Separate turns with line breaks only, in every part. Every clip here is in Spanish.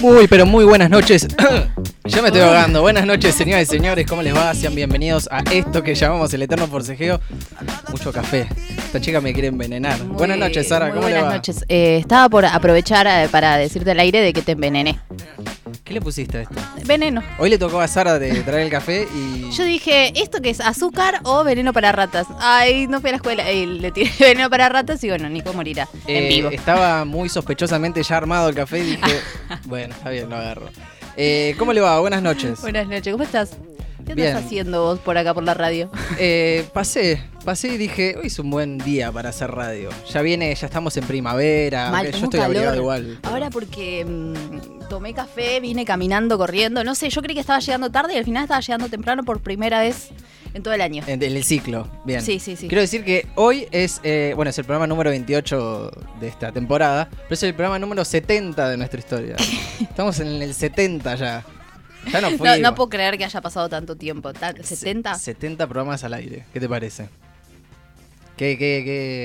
Muy, pero muy buenas noches. ya me estoy ahogando. Buenas noches, señoras y señores. ¿Cómo les va? Sean bienvenidos a esto que llamamos el Eterno Forcejeo. Mucho café. Esta chica me quiere envenenar.
Muy-
buenas noches, Sara.
muy
¿Cómo
buenas
le va?
noches. Eh, estaba por aprovechar eh, para decirte al aire de que te envenené.
¿Qué le pusiste a esto?
Veneno.
Hoy le tocó a Sara de traer el café y.
Yo dije, ¿esto qué es? ¿Azúcar o veneno para ratas? Ay, no fui a la escuela. Y le tiré veneno para ratas y bueno, Nico morirá en
Eh,
vivo.
Estaba muy sospechosamente ya armado el café y dije, bueno, está bien, lo agarro. Eh, ¿Cómo le va? Buenas noches.
Buenas noches, ¿cómo estás? ¿Qué
Bien.
estás haciendo vos por acá por la radio?
Eh, pasé, pasé y dije, hoy es un buen día para hacer radio. Ya viene, ya estamos en primavera.
Mal,
Ah, ok, yo
tengo un
estoy
calor.
abrigado igual. pero-
Ahora porque mm, tomé café, vine caminando, corriendo. No sé, yo creí que estaba llegando tarde y al final estaba llegando temprano por primera vez en todo el año.
En el ciclo, bien.
Sí, sí, sí.
Quiero decir que hoy es, eh, bueno, es el programa número 28 de esta temporada, pero es el programa número 70 de nuestra historia. Estamos en el 70 ya. Ya no fui.
No, no puedo creer que haya pasado tanto tiempo. tan- ¿70?
70 programas al aire. ¿Qué te parece? ¿Qué, qué, qué?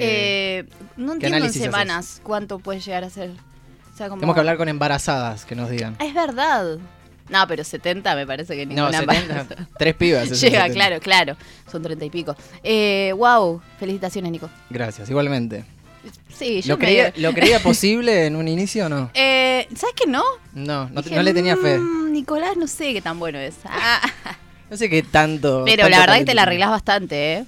Eh, no
¿qué
entiendo en
análisis
semanas cuánto puede llegar a ser. O sea, como-
Tenemos que hablar con embarazadas que nos digan.
Ah, Es verdad. No, pero 70 me parece que
No,
ninguna
70,
pasa.
tres pibas. es el
Llega,
70.
claro, claro. Son 30 y pico. Eh, wow, felicitaciones, Nico.
Gracias, igualmente.
Sí, yo
¿Lo creía,
me-
¿Lo creía posible en un inicio o no?
Eh, ¿Sabes qué no?
No, no, te-
Dije,
no le tenía fe.
"Mm, Nicolás, no sé qué tan bueno es. Ah,
No sé qué tanto.
pero
tanto
la verdad que te
talento
la
tiene.
arreglás bastante, ¿eh?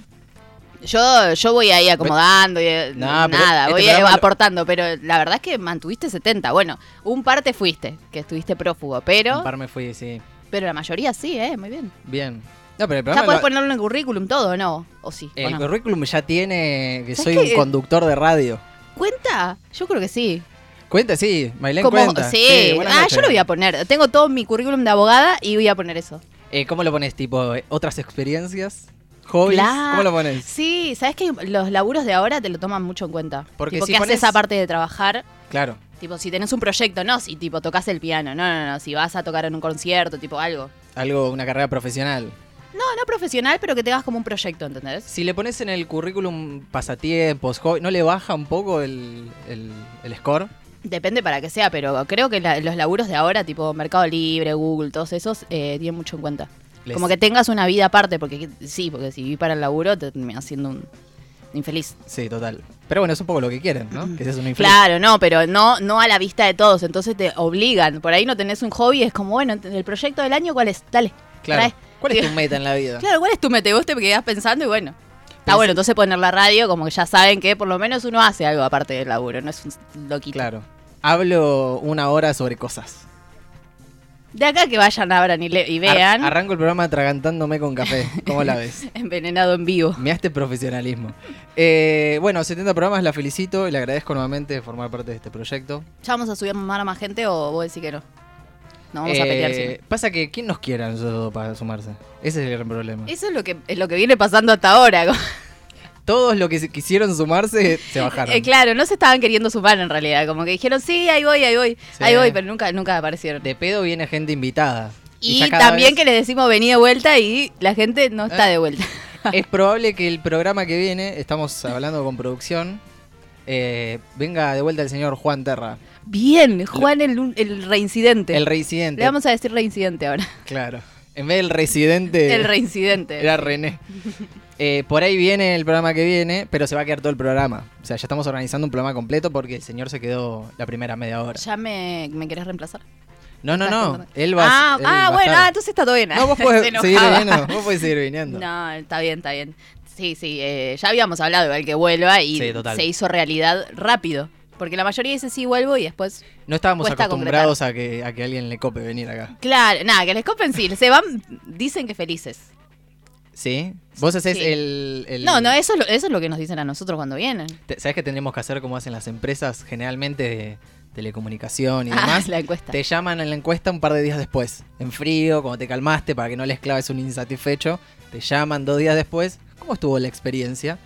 Yo, yo voy ahí acomodando, y, eh,
No, pero
nada,
este
voy
programa
eh,
lo-
aportando, pero la verdad es que mantuviste 70. Bueno, un par te fuiste, que estuviste prófugo, pero
Un par me fui, sí.
pero la mayoría sí, ¿eh? Muy bien.
Bien. No, pero el
Ya
programa.
podés
lo-
ponerlo en el currículum todo, ¿o ¿no? ¿O sí? ¿O
el
no?
currículum ya tiene que soy
¿Sabes
un
qué?
conductor de radio.
¿Cuenta? Yo creo que sí.
Cuenta, sí, Maylene
Como-
cuenta.
sí.
buenas
ah,
noches.
yo lo voy a poner. Tengo todo mi currículum de abogada y voy a poner eso.
Eh, ¿Cómo lo pones? Tipo, eh, otras experiencias, hobbies.
Claro.
¿Cómo lo pones?
Sí, sabes que los laburos de ahora te lo toman mucho en cuenta.
Porque
tipo,
si
¿qué
pones-
haces aparte de trabajar?
Claro.
Tipo, si tenés un proyecto, no, si tipo tocas el piano, no, no, no, si vas a tocar en un concierto, tipo algo.
Algo, una carrera profesional.
No, no profesional, pero que te hagas como un proyecto, ¿entendés?
Si le pones en el currículum pasatiempos, hobby, ¿no le baja un poco el, el, el score?
Depende para qué sea, pero creo que la- los laburos de ahora, tipo Mercado Libre, Google, todos esos, eh, tienen mucho en cuenta.
Les-
Como que tengas una vida aparte, porque sí, porque si vivís para el laburo te terminás siendo un infeliz.
Sí, total. Pero bueno, es un poco lo que quieren, ¿no? Que seas un infeliz.
Claro, no, pero no, no a la vista de todos, entonces te obligan. Por ahí no tenés un hobby, es como, bueno, el proyecto del año, ¿cuál es? Dale.
Claro.
trae.
¿Cuál es
Sí.
tu meta en la vida?
Claro, ¿cuál es tu mete? Vos te quedás pensando y bueno. Está
Pensé-
bueno, entonces poner la radio, como que ya saben que por lo menos uno hace algo aparte del laburo, no es un loquito.
Claro. Hablo una hora sobre cosas.
De acá que vayan, abran y, le- y
Ar-
vean,
arranco el programa atragantándome con café. ¿Cómo la ves?
envenenado en vivo.
Mirá este profesionalismo. Eh, bueno, 70 programas, la felicito y le agradezco nuevamente de formar parte de este proyecto.
¿Ya vamos a subir a mamar a más gente o vos decís que no? No, vamos a
Eh,
pelear. si no.
Pasa que, ¿quién nos quiera a nosotros dos para sumarse? Ese es el gran problema.
Eso es lo que es lo que viene pasando hasta ahora. como-
Todos los que se- quisieron sumarse se bajaron.
Eh, claro, no se estaban queriendo sumar en realidad, como que dijeron, sí, ahí voy, ahí voy,
Sí.
ahí voy, pero nunca, nunca aparecieron.
De pedo viene gente invitada.
y
ya cada
también
vez Eh.
que les decimos vení de vuelta y la gente no está de vuelta.
Es probable que el programa que viene, estamos hablando con producción, eh, venga de vuelta el señor Juan Terra.
Bien, Juan el, el reincidente.
El reincidente.
Le vamos a decir reincidente ahora.
Claro. En vez del residente.
El reincidente.
Eh, Era René. Eh, por ahí viene el programa que viene, pero se va a quedar todo el programa. O sea, ya estamos organizando un programa completo porque el señor se quedó la primera media hora.
¿Ya me, me querés reemplazar?
No, no,
¿Estás
no.
contenta?
Él va
Ah,
él
ah,
va a
bueno,
estar.
ah, entonces está todo bien.
No, vos
Se
podés seguir
enojaba.
viniendo. Vos podés seguir viniendo.
No, está bien, está bien. Sí, sí, eh, ya habíamos hablado igual que vuelva y
Sí, total.
se hizo realidad rápido. Porque la mayoría dice sí, vuelvo y después.
No estábamos
Cuesta
acostumbrados a que, a que alguien le cope venir acá.
Claro, nada, que les copen sí, se van, dicen que felices.
¿Sí? Vos haces
Sí.
el, el-
No, no, eso es, lo, eso es lo que nos dicen a nosotros cuando vienen.
Te- ¿Sabes qué tendríamos que hacer como hacen las empresas generalmente de telecomunicación y
Ah,
demás?
la encuesta.
Te llaman en la encuesta un par de días después, en frío, cuando te calmaste para que no les claves un insatisfecho. Te llaman dos días después. ¿Cómo estuvo la experiencia?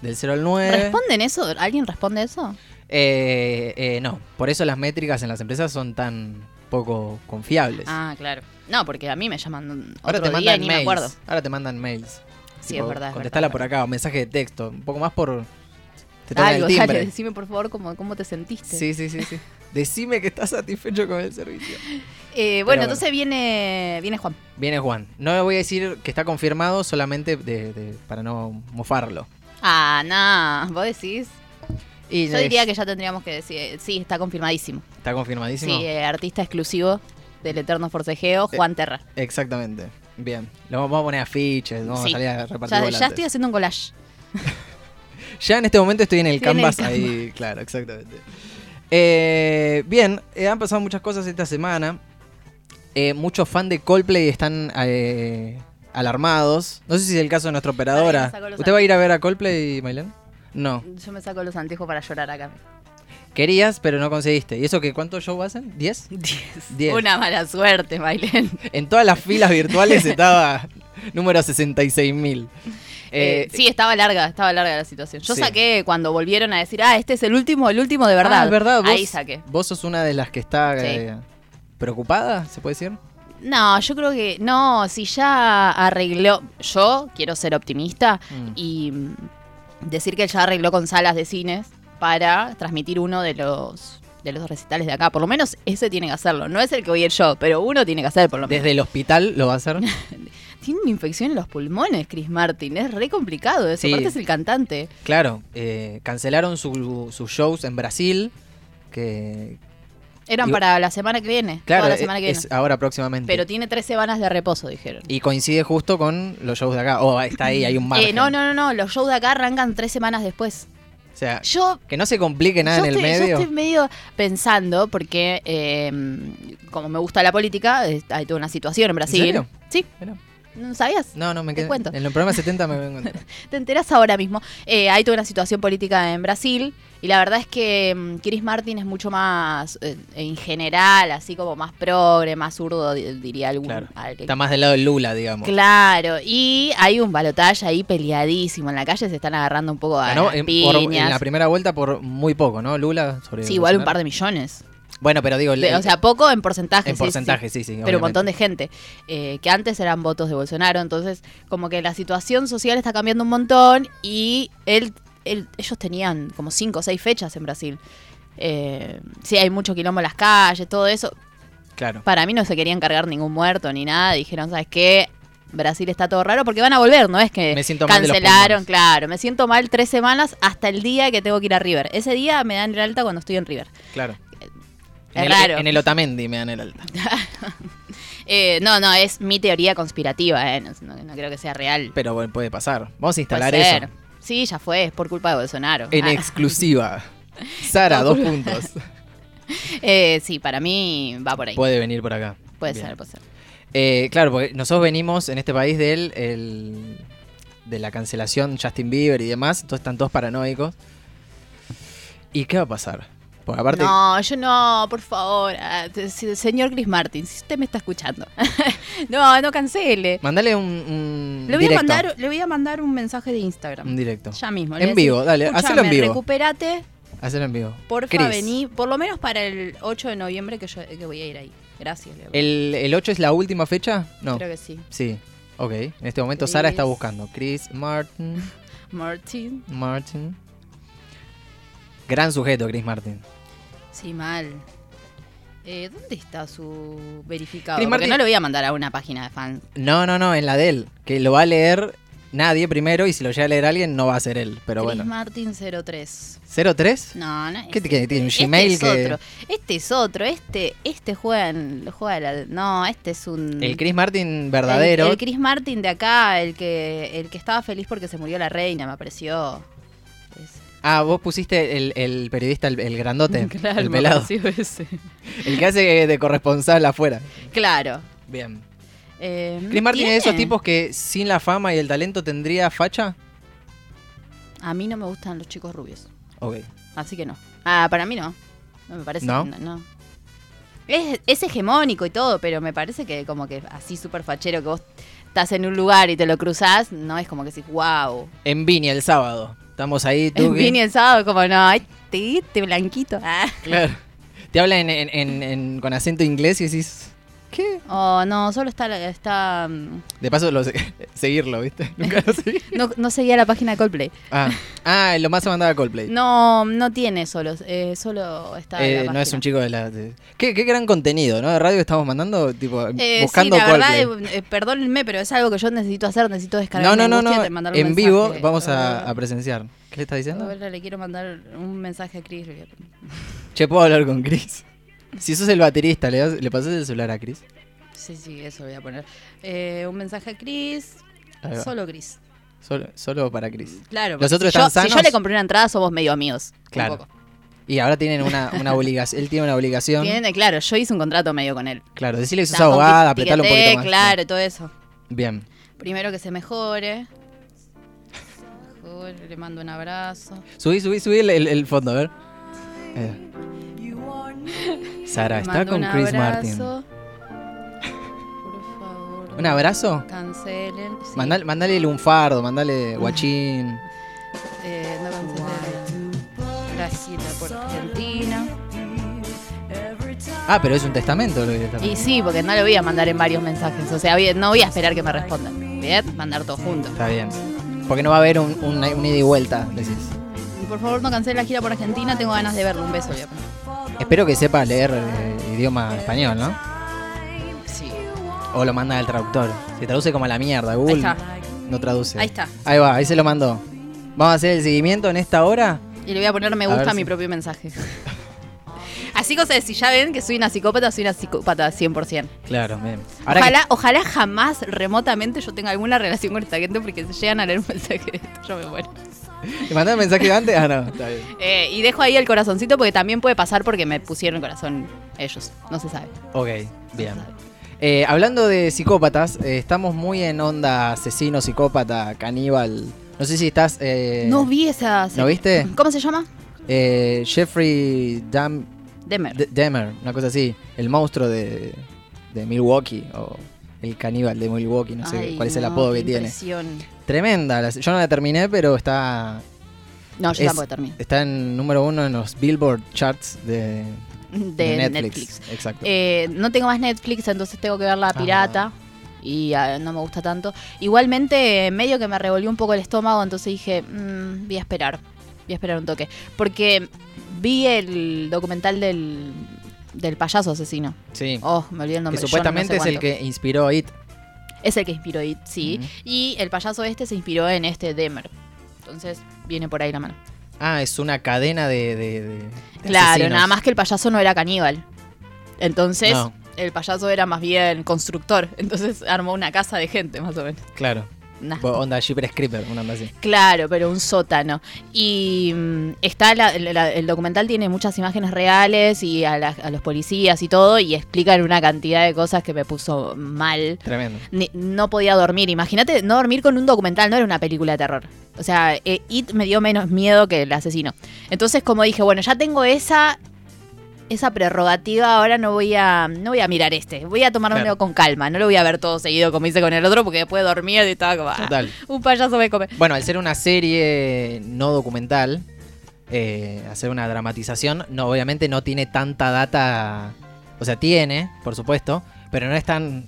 Del 0 al 9.
¿Responden eso? ¿Alguien responde eso?
Eh, eh, no, por eso las métricas en las empresas son tan poco confiables.
Ah, claro. No, porque a mí me llaman
Pues.
otro
Ahora te
día y
mandan
ni me acuerdo.
mails. Ahora te mandan mails.
Sí,
Tipo,
es verdad. es
Contestala
verdad,
por
es
acá o mensaje de texto. Un poco más por. Te
verdad.
tocan el
Algo,
timbre.
dale, decime por favor cómo, cómo te sentiste.
Sí, sí, sí, sí. Decime que estás satisfecho con el servicio.
Eh, bueno,
bueno.
entonces viene, viene Juan.
Viene Juan. No le voy a decir que está confirmado solamente de- de- para no mofarlo.
Ah, no, vos decís.
Y
Yo diría que ya tendríamos que decir, eh, sí, está confirmadísimo.
Está
Sí,
confirmadísimo.
eh, artista exclusivo del Eterno Forcejeo, Juan Terra.
Exactamente. Bien. Lo vamos a poner afiches, vamos
Sí.
a salir a repartir
Ya, ya
volantes.
estoy haciendo un collage.
Ya en este momento estoy en el
Estoy en el
canvas ahí, claro, exactamente. Eh, bien, eh, han pasado muchas cosas esta semana. Eh, muchos fans de Coldplay están eh, alarmados. No sé si es el caso de nuestra
Ahí
operadora.
me sacó los
¿Usted va a ir a ver a Coldplay, Maylene? No.
Yo me saco los anteojos para llorar acá.
Querías, pero no conseguiste. ¿Y eso que cuántos shows hacen? ¿10?
Diez.
Diez.
Una mala suerte, Bailen.
En todas las filas virtuales estaba número 66.000. Eh,
sí, estaba larga, estaba larga la situación. Yo
sí.
saqué cuando volvieron a decir, ah, este es el último, el último de verdad.
Ah, es verdad, vos,
Ahí saqué.
vos sos una de las que está
Sí.
eh, preocupada, ¿se puede decir?
No, yo creo que no, si ya arregló, yo quiero ser optimista
Mm.
y mm, decir que ya arregló con salas de cines para transmitir uno de los de los recitales de acá, por lo menos ese tiene que hacerlo, no es el que voy a ir yo, pero uno tiene que hacer por lo menos.
Desde el hospital lo va a hacer.
Tiene una infección en los pulmones, Chris Martin, es re complicado eso,
Sí.
aparte es el cantante.
Claro, eh, cancelaron su- sus shows en Brasil, que
Eran
Digo-
para la semana que viene,
claro,
toda la
eh,
semana que viene.
es ahora próximamente.
Pero tiene tres semanas de reposo, dijeron.
y coincide justo con los shows de acá. Oh, está ahí, hay un margen.
Eh, no, no, no, no, los shows de acá arrancan tres semanas después.
O sea,
Yo
que no se complique nada
yo
en el
estoy, yo
medio.
estoy medio pensando, porque eh, como me gusta la política, eh, hay toda una situación en Brasil.
serio?
Sí,
Mirá.
¿no sabías?
No, no, me
Te
quedé.
cuento.
En el programa 70 me vengo a enterar.
Te enteras ahora mismo. Eh, hay toda una situación política en Brasil. Y la verdad es que mm, Chris Martin es mucho más, eh, en general, así como más progre, más zurdo, di- diría algún.
Claro.
al-
Está más del lado de Lula, digamos.
Claro, y hay un balotaje ahí peleadísimo. En la calle se están agarrando un poco a
Ganó
las
Ah, en, por- en
piñas.
la primera vuelta por muy poco, ¿no? Lula sobre
Sí, igual un par
Bolsonaro.
de millones.
Bueno, pero digo,
De-
el-
o sea, poco en porcentaje.
en
sí, sí, sí.
porcentaje, sí, sí.
Pero un montón de gente, eh, que antes eran votos de Bolsonaro, entonces como que la situación social está cambiando un montón y él, él- ellos tenían como cinco o seis fechas en Brasil. Eh, sí, hay mucho quilombo en las calles, todo eso.
Claro.
Para mí no se querían cargar ningún muerto ni nada, dijeron, ¿sabes qué? Brasil está todo raro porque van a volver, ¿no? Es que
Me siento mal de los
cancelaron,
pulmones.
claro. Me siento mal tres semanas hasta el día que tengo que ir a River. Ese día me dan el alta cuando estoy en River.
Claro.
Es
En el,
raro.
en el Otamendi me dan el alta.
Eh, no, no, es mi teoría conspirativa, eh, no, no- no creo que sea real.
Pero bueno, puede pasar. Vamos a
Puede
instalar
ser.
eso.
Sí, ya fue, es por culpa de Bolsonaro.
En
Ah,
exclusiva. Sara, dos puntos.
eh, sí, para mí va por ahí. Puede,
Puede venir por acá. Bien.
ser, puede ser.
Eh, claro, porque nosotros venimos en este país del, el- de la cancelación Justin Bieber y demás. Entonces están todos paranoicos. ¿Y qué va a pasar? Porque aparte,
No, yo no, por favor. ah, te- se- señor Chris Martin, si usted me está escuchando. no, no cancele.
mandale un, un
Le voy, a
directo.
mandar, le voy a mandar un mensaje de
Un
Instagram.
directo.
Ya mismo. le
En
voy a
vivo, dale,
"Escúchame,
hacelo en vivo".
Recuperate,
Hacerlo en vivo.
porfa,
Chris,
vení. Por lo menos para el 8 de noviembre que, yo, que voy a ir ahí. Gracias, Leo.
¿El, el 8 es la última fecha? Eh, No.
Creo que sí.
Sí. Ok. En este momento Sara está
Chris.
buscando. Chris Martin.
Martin.
Martin. Gran sujeto, Chris Martin.
Sí, mal. Eh, ¿Dónde está su verificado?
Cris
Porque
Martín-
no lo voy a mandar a una página de fans.
No, no, no, en la de él. Que lo va a leer nadie primero y si lo llega a leer alguien no va a ser él. Pero
Chris
bueno.
Martin 03.
¿03?
No, no.
¿Qué
ese-
te- qué tiene? ¿Un
este
Gmail
es
que-
otro. Este es otro. Este, este juega en. Juega la- no, este es un.
El Chris Martin verdadero.
El, el Chris Martin de acá, el que, el que estaba feliz porque se murió la reina, me apareció. Ese.
Ah, vos pusiste el, el periodista, el, Eh, el grandote.
Claro,
el
me
pelado.
apareció ese.
El que hace de corresponsal afuera.
Claro.
Bien.
Eh, no
Chris Martin es de esos
tiene.
tipos que sin la fama y el talento tendría facha.
A mí no me gustan los chicos rubios.
Ok.
Así que no. Ah, para mí no. No me parece.
¿No?
No. no. Es, es hegemónico y todo, pero me parece que como que así súper fachero que vos estás en un lugar y te lo cruzás, no es como que decís, wow.
En Vini el sábado. Estamos ahí, tú.
El Vini el sábado como, no, este, este blanquito. Ah.
Claro. Te hablan en- en- en- en- con acento inglés y decís, ¿Qué?
Oh, no, solo está. la- está mm,
De paso, lo se- seguirlo, ¿viste? Nunca lo seguí.
no, no seguía la página de Coldplay.
Ah, ah lo más se mandaba Coldplay.
No, no tiene solos. eh, solo está.
Eh,
la
no es
página.
un chico de la. de- ¿Qué, qué gran contenido, ¿no? De radio que estamos mandando, tipo,
Eh,
buscando
sí, la
Coldplay.
verdad, eh, eh, perdónenme, pero es algo que yo necesito hacer, necesito descargar.
no, no,
mi
no,
angustia,
no.
te mandar un
En vivo
mensaje.
vamos a,
Ah,
a presenciar. ¿Qué le estás diciendo?
ahora le quiero mandar un mensaje a Chris.
Che, puedo hablar con Chris. Si sos el baterista, ¿le, das- le pasás el celular a Chris?
Sí, sí, eso voy a poner. Eh, un mensaje a Chris.
Ahí va.
Solo Chris.
Solo, solo para Chris.
Claro.
Los
porque
otros
si
están
yo, si yo
sanos.
le compré una entrada, somos medio amigos. un
Claro.
poco.
Y ahora tienen una, una obligación. Él tiene una obligación.
Tiene- claro, yo hice un contrato medio con él.
Claro, decirle que sos
Está con
abogada,
pi-
apretalo un
piquete,
poquito más.
Claro, todo eso.
Bien.
Primero que se mejore. Se mejore, Le mando un abrazo.
Subí, subí, subí el, el- el fondo, a ver. Ahí va. Sara
Le
está
mando
con
un
Chris Martin.
abrazo. Por favor.
¿Un abrazo?
Cancelen. sí.
Mandale, mandale lunfardo, mandale guachín.
Eh, no cancelen. Gracias por Argentina.
Ah, pero es un testamento lo que está
Y sí, porque no le voy a mandar en varios mensajes. O sea, bien, no voy a esperar que me respondan. Voy a mandar todo junto.
Está bien. Porque no va a haber un, un- un ida y vuelta, decís.
Y por favor, no cancelen la gira por Argentina. Tengo ganas de verlo. Un beso, voy a poner.
Espero que sepa leer eh, idioma español, ¿no?
Sí.
O lo manda al traductor. Se traduce como a la mierda,
Ahí
Google.
está.
No traduce.
Ahí está.
Ahí va, ahí se lo mandó. Vamos a hacer el seguimiento en esta hora.
Y le voy a poner me
A
gusta
ver
a mi
si-
propio mensaje. Así cosas, si ya ven que soy una psicópata, soy una psicópata 100%.
Claro, bien. Ahora
Ojalá, ojalá jamás remotamente yo tenga alguna relación con esta gente porque si llegan a leer un mensaje de esto, yo me muero.
que. ¿Te mandó el mensaje antes? Ah, no, está bien.
Eh, y dejo ahí el corazoncito porque también puede pasar porque me pusieron el corazón ellos. No se sabe.
Ok, bien. Eh, hablando de psicópatas, eh, estamos muy en onda asesino, psicópata, caníbal. No sé si estás. eh,
no vi esa.
¿No viste?
¿Cómo se llama?
eh, Jeffrey Dam
Demer.
D- Dahmer, una cosa así. El monstruo de, de Milwaukee. O el caníbal de Milwaukee, no sé
Ay,
cuál es el
no,
apodo
qué
que tiene.
impresión.
Tremenda. la- yo no la terminé, pero está.
No, yo
es-
tampoco termino.
Está en número uno en los Billboard charts de,
De,
de
Netflix.
Netflix. Ah. Exacto.
Eh, no tengo más Netflix, entonces tengo que ver La Pirata. Y ah, no me gusta tanto. Igualmente, eh, medio que me revolvió un poco el estómago, entonces dije, "Mm, voy a esperar. Voy a esperar un toque. Porque vi el documental del, del payaso asesino.
sí.
Oh, me olvidé el nombre.
que supuestamente es el que inspiró a It.
Es el que inspiró It, sí.
Ujú.
Y el payaso este se inspiró en este Demer. Entonces viene por ahí la mano.
Ah, es una cadena de. de- de- de
Claro,
asesinos.
nada más que el payaso no era caníbal. Entonces,
No.
el payaso era más bien constructor. Entonces armó una casa de gente, más o menos.
Claro.
Nah.
Bo- Onda Jeepers Creeper, una onda así.
Claro, pero un sótano. Y mm, está la- la- el documental tiene muchas imágenes reales y a, la- a los policías y todo, y explican una cantidad de cosas que me puso mal.
Tremendo.
Ni- no podía dormir. Imagínate no dormir con un documental, no era una película de terror. O sea, eh, It me dio menos miedo que el asesino. Entonces, como dije, bueno, ya tengo esa esa prerrogativa, ahora no voy a no voy a mirar este. Voy a tomármelo
Claro.
con calma, no lo voy a ver todo seguido como hice con el otro porque después dormía y estaba como, ah,
Total.
un payaso me come.
Bueno, al ser una serie no documental, eh, hacer una dramatización, no, obviamente no tiene tanta data. O sea, tiene, por supuesto, pero no es tan.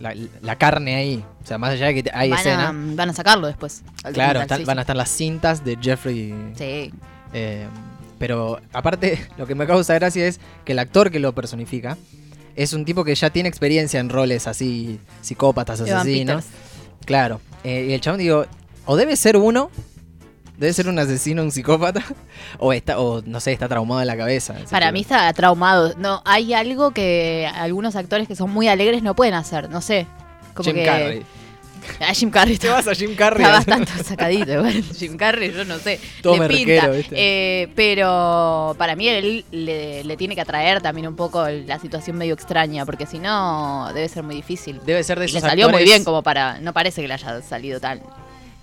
La, la carne ahí. O sea, más allá de que te- hay
van, a,
escena.
van a sacarlo después. al
Claro,
documental,
están-
sí,
van a
sí.
estar las cintas de Jeffrey.
Sí.
eh, pero aparte, lo que me causa gracia es que el actor que lo personifica es un tipo que ya tiene experiencia en roles así, psicópatas,
Evan
asesinos.
Peters.
Claro. eh, y el chabón digo, o debe ser uno, debe ser un asesino, un psicópata, o está, o no sé, está traumado de la cabeza. ese
Para
tipo.
mí está traumado. No, hay algo que algunos actores que son muy alegres no pueden hacer, no sé. Como
Jim
que
Carrey.
Ah, Jim Carrey
Te vas a Jim Carrey.
Está bastante sacadito, igual. Jim Carrey, yo no sé.
Todo
le pinta.
merquero, ¿viste?
Eh, pero para mí él le, le tiene que atraer también un poco la situación medio extraña, porque si no, debe ser muy difícil.
Debe ser de
Y
esos
le salió
actores-
muy bien, como para. No parece que le haya salido tan.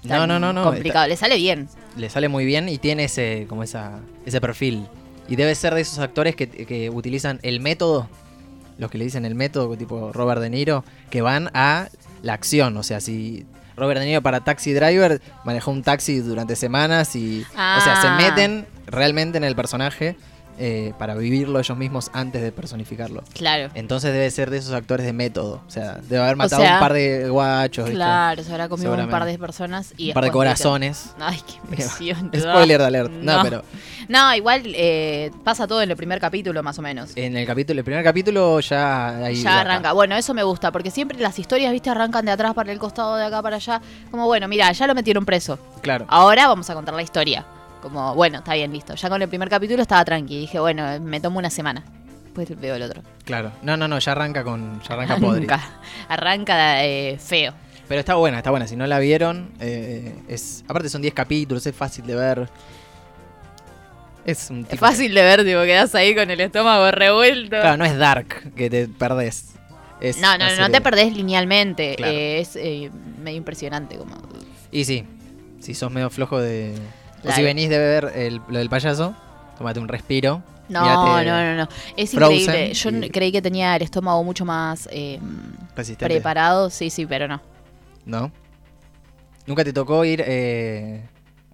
No,
tan
no, no, no.
Complicado. Le sale bien.
le sale muy bien y tiene ese como esa ese perfil y debe ser de esos actores que, que utilizan el método los que le dicen el método tipo Robert De Niro que van a la acción o sea si Robert De Niro para Taxi Driver manejó un taxi durante semanas y o sea se
Ah.
meten realmente en el personaje eh, para vivirlo ellos mismos antes de personificarlo.
Claro.
Entonces debe ser de esos actores de método. O sea, debe haber matado
sea,
un par de guachos, ¿viste?
Claro, se habrá comido un par
Seguramente.
de personas y
un par de
después te-
corazones.
Ay, qué impresión.
Spoiler de alert. No, pero
Ah, No, igual eh, pasa todo en el primer capítulo, más o menos.
en el capítulo, el primer capítulo ya ahí
ya arranca. Bueno, eso me gusta, porque siempre las historias, viste, arrancan de atrás para el costado, de acá para allá. Como, bueno, mira, ya lo metieron preso.
Claro.
Ahora vamos a contar la historia. Como, bueno, está bien, listo. Ya con el primer capítulo estaba tranqui. Dije, bueno, me tomo una semana. Después veo el otro.
Claro. No, no, no, ya arranca con. Ya arranca podri.
Arranca, arranca eh, feo.
Pero está buena, está buena. Si no la vieron, eh, es. Aparte son 10 capítulos, es fácil de ver. Es un
Es
tipo-
fácil de ver, tipo, quedás ahí con el estómago revuelto.
Claro, no es dark que te perdés. Es
No, no,
una
no,
serie.
te perdés linealmente.
Claro.
eh, es eh, medio impresionante. Como...
Y sí, si sos medio flojo de. O si
Claro.
venís de ver el- lo del payaso, tómate un respiro.
No,
mirate
no, no, no. Es
Frozen
increíble. Yo
y-
creí que tenía el estómago mucho más eh,
Resistente,
preparado. Sí, sí, pero no.
¿No? ¿Nunca te tocó ir eh,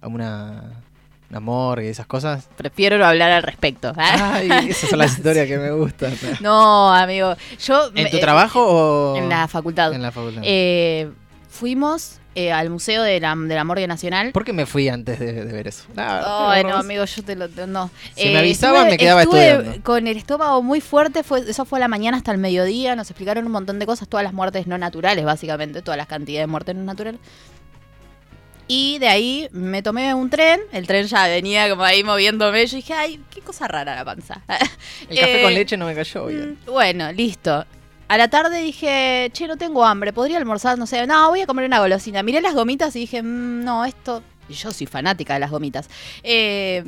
a una, una morgue y esas cosas?
Prefiero no hablar al respecto. Ah.
Ay, esas son las historias que me gustan.
No, amigo. Yo,
¿En tu
eh,
trabajo o
En la facultad.
en la facultad?
Eh, fuimos eh, al Museo de la, de la Morgue Nacional.
¿Por qué me fui antes de, de ver eso? Ah,
Ay,
no,
no,
no.
amigo, yo te lo. te- No. Eh,
Si me avisaban, me quedaba
estuve
estudiando.
Con el estómago muy fuerte, fue, eso fue a la mañana hasta el mediodía. Nos explicaron un montón de cosas, todas las muertes no naturales, básicamente, todas las cantidades de muertes no naturales. Y de ahí me tomé un tren, el tren ya venía como ahí moviéndome. Yo dije, ay, qué cosa rara la panza.
El café
eh,
con leche no me cayó bien.
Mm, Bueno, listo. A la tarde dije, che, no tengo hambre, podría almorzar, no sé, no, voy a comer una golosina. Miré las gomitas y dije, "Mm, no, esto. y Yo soy fanática de las gomitas. Eh,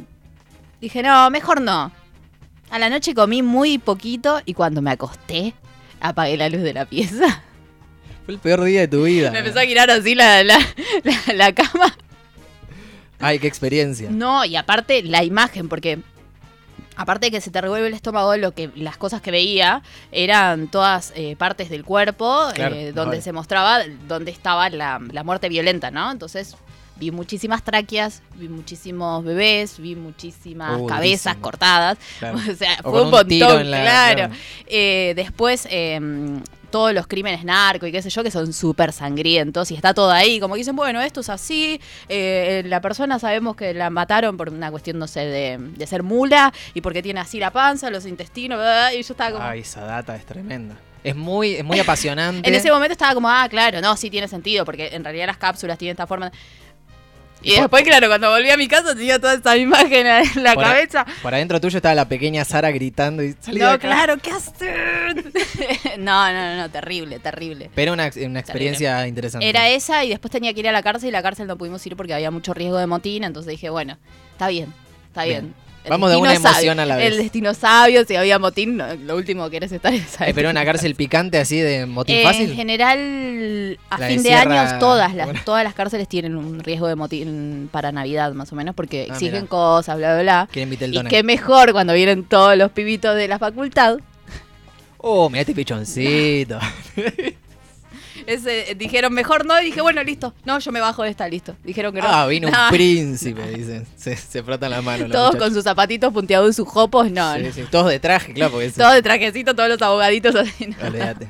dije, no, mejor no. A la noche comí muy poquito y cuando me acosté, apagué la luz de la pieza.
Fue el peor día de tu vida.
mm. Me empezó a girar así la, la- la- la cama.
Ay, qué experiencia.
No, y aparte la imagen, porque aparte de que se te revuelve el estómago, lo que las cosas que veía eran todas eh, partes del cuerpo
Claro,
eh,
más
donde
vale.
se mostraba dónde estaba la, la muerte violenta, ¿no? Entonces vi muchísimas tráqueas, vi muchísimos bebés, vi muchísimas
Uh,
cabezas
durísimo.
cortadas,
Claro.
o sea,
O
fue
con
un montón,
tiro en la-
claro. Eh, después, eh, todos los crímenes narco y qué sé yo, que son súper sangrientos y está todo ahí. Como que dicen, bueno, esto es así. eh, la persona sabemos que la mataron por una cuestión, no sé, de, de ser mula y porque tiene así la panza, los intestinos, bla, bla, bla, y yo estaba como.
Ay, esa data es tremenda. Es muy, es muy apasionante.
en ese momento estaba como, ah, claro, no, sí tiene sentido, porque en realidad las cápsulas tienen esta forma. Y después, claro, cuando volví a mi casa tenía toda esa imagen en la
Por-
cabeza.
Por adentro tuyo estaba la pequeña Sara gritando y salí de
No,
acá".
claro, ¿qué haces? no, no, no, terrible, terrible.
Pero una, una experiencia interesante.
Era esa y después tenía que ir a la cárcel y la cárcel no pudimos ir porque había mucho riesgo de motín, entonces dije, bueno, está bien, está bien.
Bien.
El
Vamos de
destino
una
sabe-
emoción a la vez.
El destino sabio, si había motín, no, lo último que eres estar es
Eh, pero una cárcel picante así de motín
Eh,
fácil.
En general, a
La de
fin de
Sierra-
años todas las
Bueno.
todas las cárceles tienen un riesgo de motín para Navidad, más o menos, porque
Ah,
exigen
mirá.
cosas, bla, bla, bla.
Quieren
Y
Viteltoné.
qué mejor cuando vienen todos los pibitos de la facultad
Oh, mirá este pichoncito.
Ese, eh, dijeron mejor no y dije, bueno, listo. No, yo me bajo de esta, listo. Dijeron que no.
ah, vino
No.
un príncipe, dicen. Se, se frotan las manos. los
Todos
muchachos.
con sus zapatitos punteados y sus jopos, no.
Sí,
no.
sí, Todos de traje, claro, porque
Todos de trajecito, todos los abogaditos así. No,
Olvídate.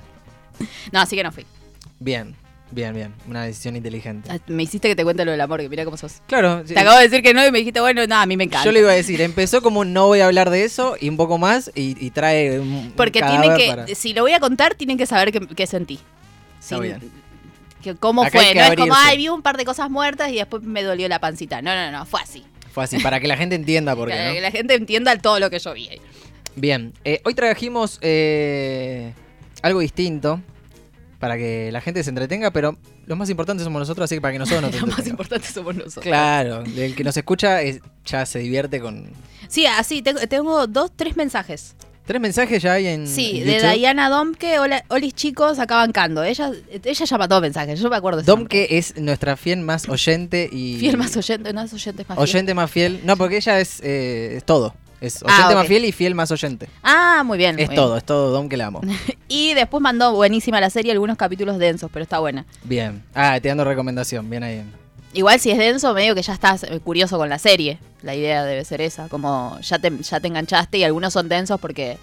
No, así que no fui. Ah,
Bien, bien, bien. Una decisión inteligente.
Me hiciste que te cuente lo del amor, que mira cómo sos.
Claro, sí.
Te acabo de decir que no y me dijiste, bueno, nada, a mí me encanta.
yo le iba a decir, empezó como un no voy a hablar de eso y un poco más y, y trae un- un
Porque tienen
cadáver
que,
para-
si lo voy a contar, tienen que saber qué, qué sentí.
Está
Sin-
bien.
que cómo
Acá
fue,
hay que
no es como,
abrirse.
ay, vi un par de cosas muertas y después me dolió la pancita. No, no, no, fue así.
Fue así, para que la gente entienda por
Para que
qué, ¿no?
la gente entienda todo lo que yo vi.
Bien, eh, hoy trajimos eh, algo distinto para que la gente se entretenga, pero los más importantes somos nosotros, así que para que nosotros nos
Lo más
entretengamos.
importante somos nosotros.
Claro, el que nos escucha es- ya se divierte con...
Sí, así, tengo, tengo dos, tres mensajes.
Tres mensajes ya hay en
Sí,
en
de
Mm, YouTube.
Diana Domke, hola, holis chicos, acá bancando. Ella, ella ya mató mensajes, yo me acuerdo de ese nombre.
Domke es nuestra fiel más oyente y...
Fiel más oyente, no es oyente es más fiel.
Oyente más fiel. No, porque ella es, eh, es todo. Es
Ah,
oyente
ok.
más fiel y fiel más oyente.
Ah, muy bien.
Es
muy
todo, es todo Dom que la amo.
bien. Y después mandó buenísima la serie, algunos capítulos densos, pero está buena.
Bien. Ah, te dando recomendación. Bien ahí.
Igual si es denso, medio que ya estás eh, curioso con la serie. La idea debe ser esa, como ya te, ya te enganchaste y algunos son densos porque,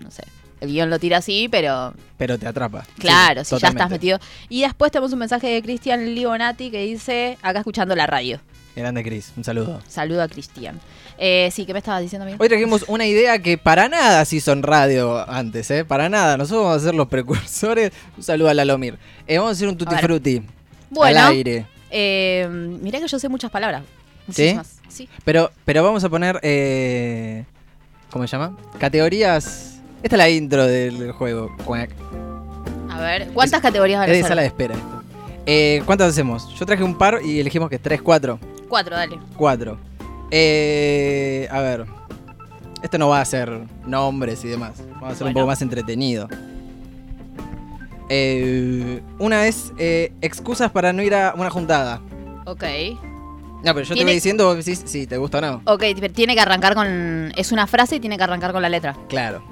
no sé, el guión lo tira así, pero
Pero te atrapa.
claro, si ya estás
totalmente.
metido. Y después tenemos un mensaje de Cristian Libonati que dice, acá escuchando la radio.
Grande Cris, un saludo.
Saludo a Cristian. Eh, sí, ¿qué me estabas diciendo, amigo?
Hoy trajimos una idea que para nada se hizo en radio antes, ¿eh? Para nada. Nosotros vamos a ser los precursores. Un saludo a Lalomir. Eh, vamos a hacer un tutti
A ver.
frutti.
Bueno,
Al aire.
eh, mirá que yo sé muchas palabras.
¿Sí?
Muchísimas. Sí.
Pero, pero vamos a poner. eh, ¿Cómo se llama? Categorías. Esta es la intro del juego. Cuac.
A ver, ¿cuántas categorías van
Es de
a
sala de
ser?
espera esto. Eh, ¿Cuántas hacemos? Yo traje un par y elegimos que tres, cuatro.
Cuatro, dale.
Cuatro. Eh, a ver. Esto no va a ser nombres y demás. Va a ser un
Bueno.
poco más entretenido. Eh, una es eh, excusas para no ir a una juntada.
Ok.
No, pero yo te
Tiene-
voy diciendo, vos decís si te gusta o no.
Ok, pero tiene que arrancar con... Es una frase y tiene que arrancar con la letra.
Claro.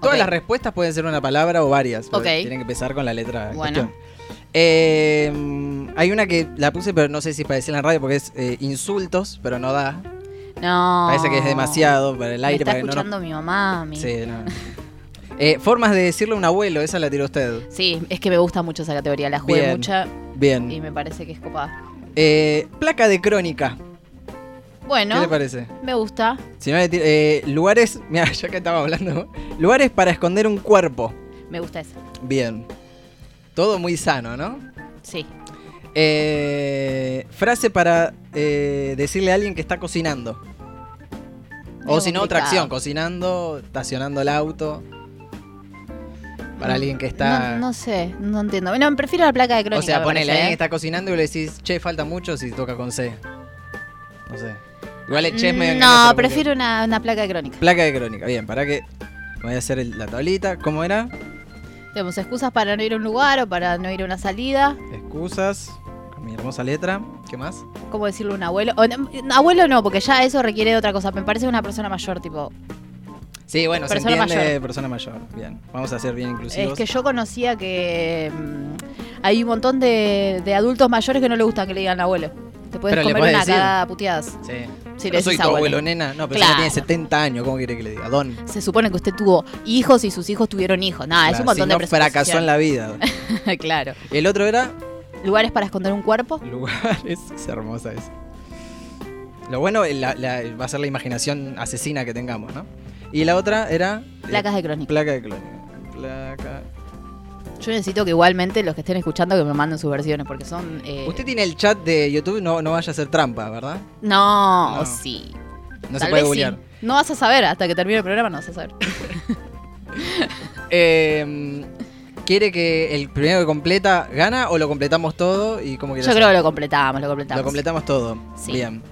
Todas
Ok.
las respuestas pueden ser una palabra o varias. pero
Ok.
Tienen que empezar con la letra. en
Bueno.
cuestión. Eh, mm, hay una que la puse, pero no sé si para decirla en la radio porque es eh, insultos, pero no da.
No.
Parece que es demasiado para el
Ah. Me
aire.
está
para que no nos-
escuchando mi mamá. Mi... Sí.
Sí, no. Eh, formas de decirle a un abuelo, esa la tiró usted.
es que me gusta mucho esa categoría. La jugué
Bien.
mucha y
Bien.
me parece que es copada.
Eh, placa de crónica. ¿Qué
Bueno,
le parece?
me gusta.
Si no le tira- eh, lugares. Mira, ya que estaba hablando. Lugares para esconder un cuerpo.
Me gusta esa.
Bien. Todo muy sano, ¿no?
Sí.
Eh, frase para eh, decirle a alguien que está cocinando. O
Medio
si no,
complicado.
otra acción. Cocinando, estacionando el auto. Para alguien que está.
Mm, No, no sé, no entiendo. No, prefiero la placa de crónica.
O sea,
me
ponele,
parece,
alguien que
¿eh?
está cocinando y le decís, che, falta mucho si toca con C. No sé. Igual el che es medio engañoso,
Mm, No,
porque-
prefiero una, una placa de crónica.
Placa de crónica, bien, para que. Voy a hacer el- la tablita. ¿Cómo era?
Tenemos excusas para no ir a un lugar o para no ir a una salida.
Excusas. Con mi hermosa letra. ¿Qué más?
¿Cómo decirle a un abuelo? O no, abuelo no, porque ya eso requiere de otra cosa. Me parece una persona mayor, tipo.
Sí, bueno,
Persona
se entiende
mayor.
persona mayor. Bien, vamos a ser bien inclusivos.
Es que yo conocía que mm, hay un montón de, de adultos mayores que no le gustan que le digan abuelo. Te puedes
Pero le
comer
podés
una
decir.
cagada a puteadas.
Sí.
Si
no
le
soy
decís
tu
abuelo.
abuelo, nena. No, pero si
Claro.
tiene 70 años, ¿cómo quiere que le diga? Don.
Se supone que usted tuvo hijos y sus hijos tuvieron hijos. Nada, Ah, es
Claro,
un montón
si no
de
fracasó en la vida.
presunción. claro.
El otro era
Lugares para esconder un cuerpo.
lugares. Es hermosa esa. Lo bueno eh, la- la- va a ser la imaginación asesina que tengamos, ¿no? Y la otra era. eh,
Placas de crónica.
Placa de clon. Placa.
Yo necesito que igualmente los que estén escuchando que me manden sus versiones porque son. eh,
Usted tiene el chat de YouTube, no, no vaya a hacer trampa, ¿verdad?
No,
No.
sí.
No se
Tal
puede
vez sí.
googlear.
No vas a saber hasta que termine el programa, no vas a saber.
Eh, ¿Quiere que el primero que completa gana o lo completamos todo? y cómo quiere
Yo
hacer?
creo que lo completamos, lo completamos.
Lo completamos todo.
Sí.
Bien.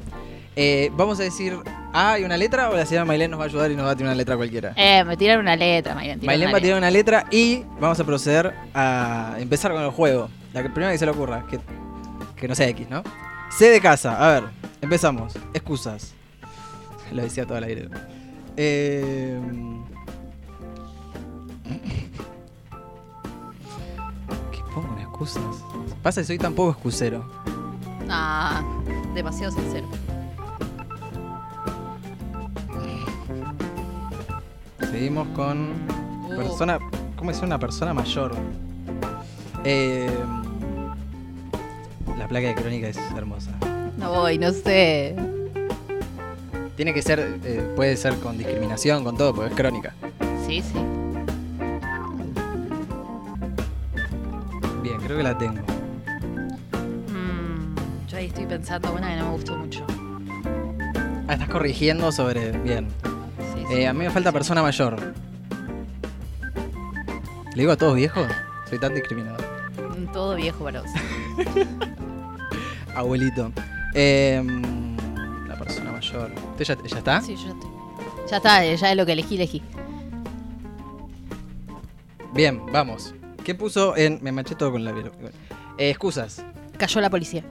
Eh, ¿Vamos a decir A y una letra o la señora Mailén nos va a ayudar y nos va a tirar una letra cualquiera?
Eh, me tiraron una letra, Maylene. tira
Mailén
una
va a
letra.
tirar una letra y vamos a proceder a empezar con el juego. La que, primera que se le ocurra, que, que no sea X, ¿no? C de casa, a ver, empezamos. Excusas. Lo decía todo al aire. Eh, ¿Qué pongo en excusas? Pasa que soy tan poco excusero.
Ah, demasiado sincero.
Seguimos con.
Uh.
Persona. ¿Cómo es una persona mayor? Eh, la placa de crónica es hermosa.
Uh, No voy, no sé.
Tiene que ser. eh, puede ser con discriminación, con todo, porque es crónica.
Sí, sí.
Bien, creo que la tengo.
Mm, yo ahí estoy pensando una que no me gustó mucho.
Ah, estás corrigiendo sobre. Bien.
Sí, sí.
Eh, a mí me falta persona mayor. ¿Le digo a todos viejos? Soy tan discriminador.
Mm, Todo viejo para vos.
Abuelito. Eh, la persona mayor. ¿Usted ya, ya está?
Sí, yo ya estoy. Ya está, eh, ya es lo que elegí, elegí.
Bien, vamos. ¿Qué puso en. Me manché todo con la vero- Eh, excusas.
Cayó la policía.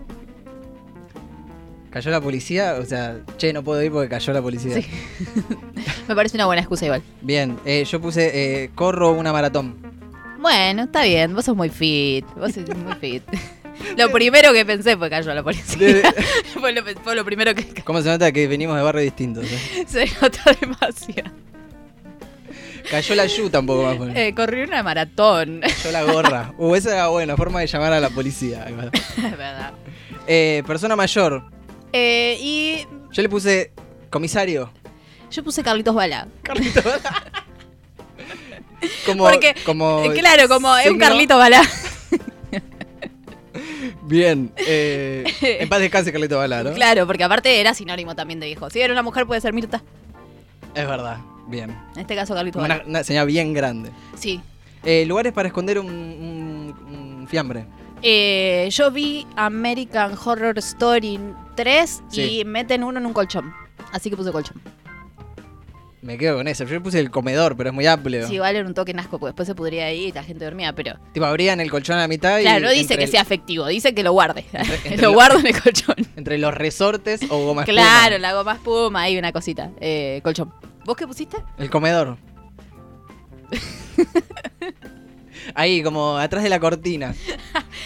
Cayó la policía, o sea, che, no puedo ir porque cayó la policía.
Sí. Me parece una buena excusa igual.
Bien, eh, yo puse eh, corro una maratón.
Bueno, está bien, vos sos muy fit. Vos sos muy fit. Lo primero que pensé fue cayó la
De-
policía. fue, lo, fue lo primero que
¿Cómo se nota que venimos de barrios distintos? eh?
se nota demasiado.
Cayó la Yu tampoco más. bueno.
Eh, corrí una maratón.
Cayó la gorra. Uh, esa era buena forma de llamar a la policía.
Es verdad.
Eh, persona mayor.
Eh, y
Yo le puse comisario.
yo puse Carlitos Balá.
Carlito. como,
Porque,
como
Eh, claro, como es un
signo.
Carlito Balá.
Bien. eh, en paz descanse Carlito Balá, ¿no?
Claro, porque aparte era sinónimo también de hijo. Si era una mujer puede ser Mirta.
Es verdad. Bien.
En este caso Carlitos
Como Una,
Balá.
una señal bien grande.
Sí.
Eh, lugares para esconder un, un- un fiambre.
Eh, yo vi American Horror Story 3
Sí.
y meten uno en un colchón. Así que puse colchón.
Me quedo con eso. Yo le puse el comedor, pero es muy amplio.
Sí, vale, era un toque nasco, porque después se pudría ir y la gente dormía, pero.
Tipo, abrían el colchón a la mitad y.
Claro, no dice
entre
que
el-
sea afectivo, dice que lo guarde.
entre
lo
lo-
guardo en el colchón.
Entre los resortes o goma espuma.
Claro, la goma espuma, hay una cosita. Eh, colchón. ¿Vos qué pusiste?
El comedor. Ahí, como atrás de la cortina.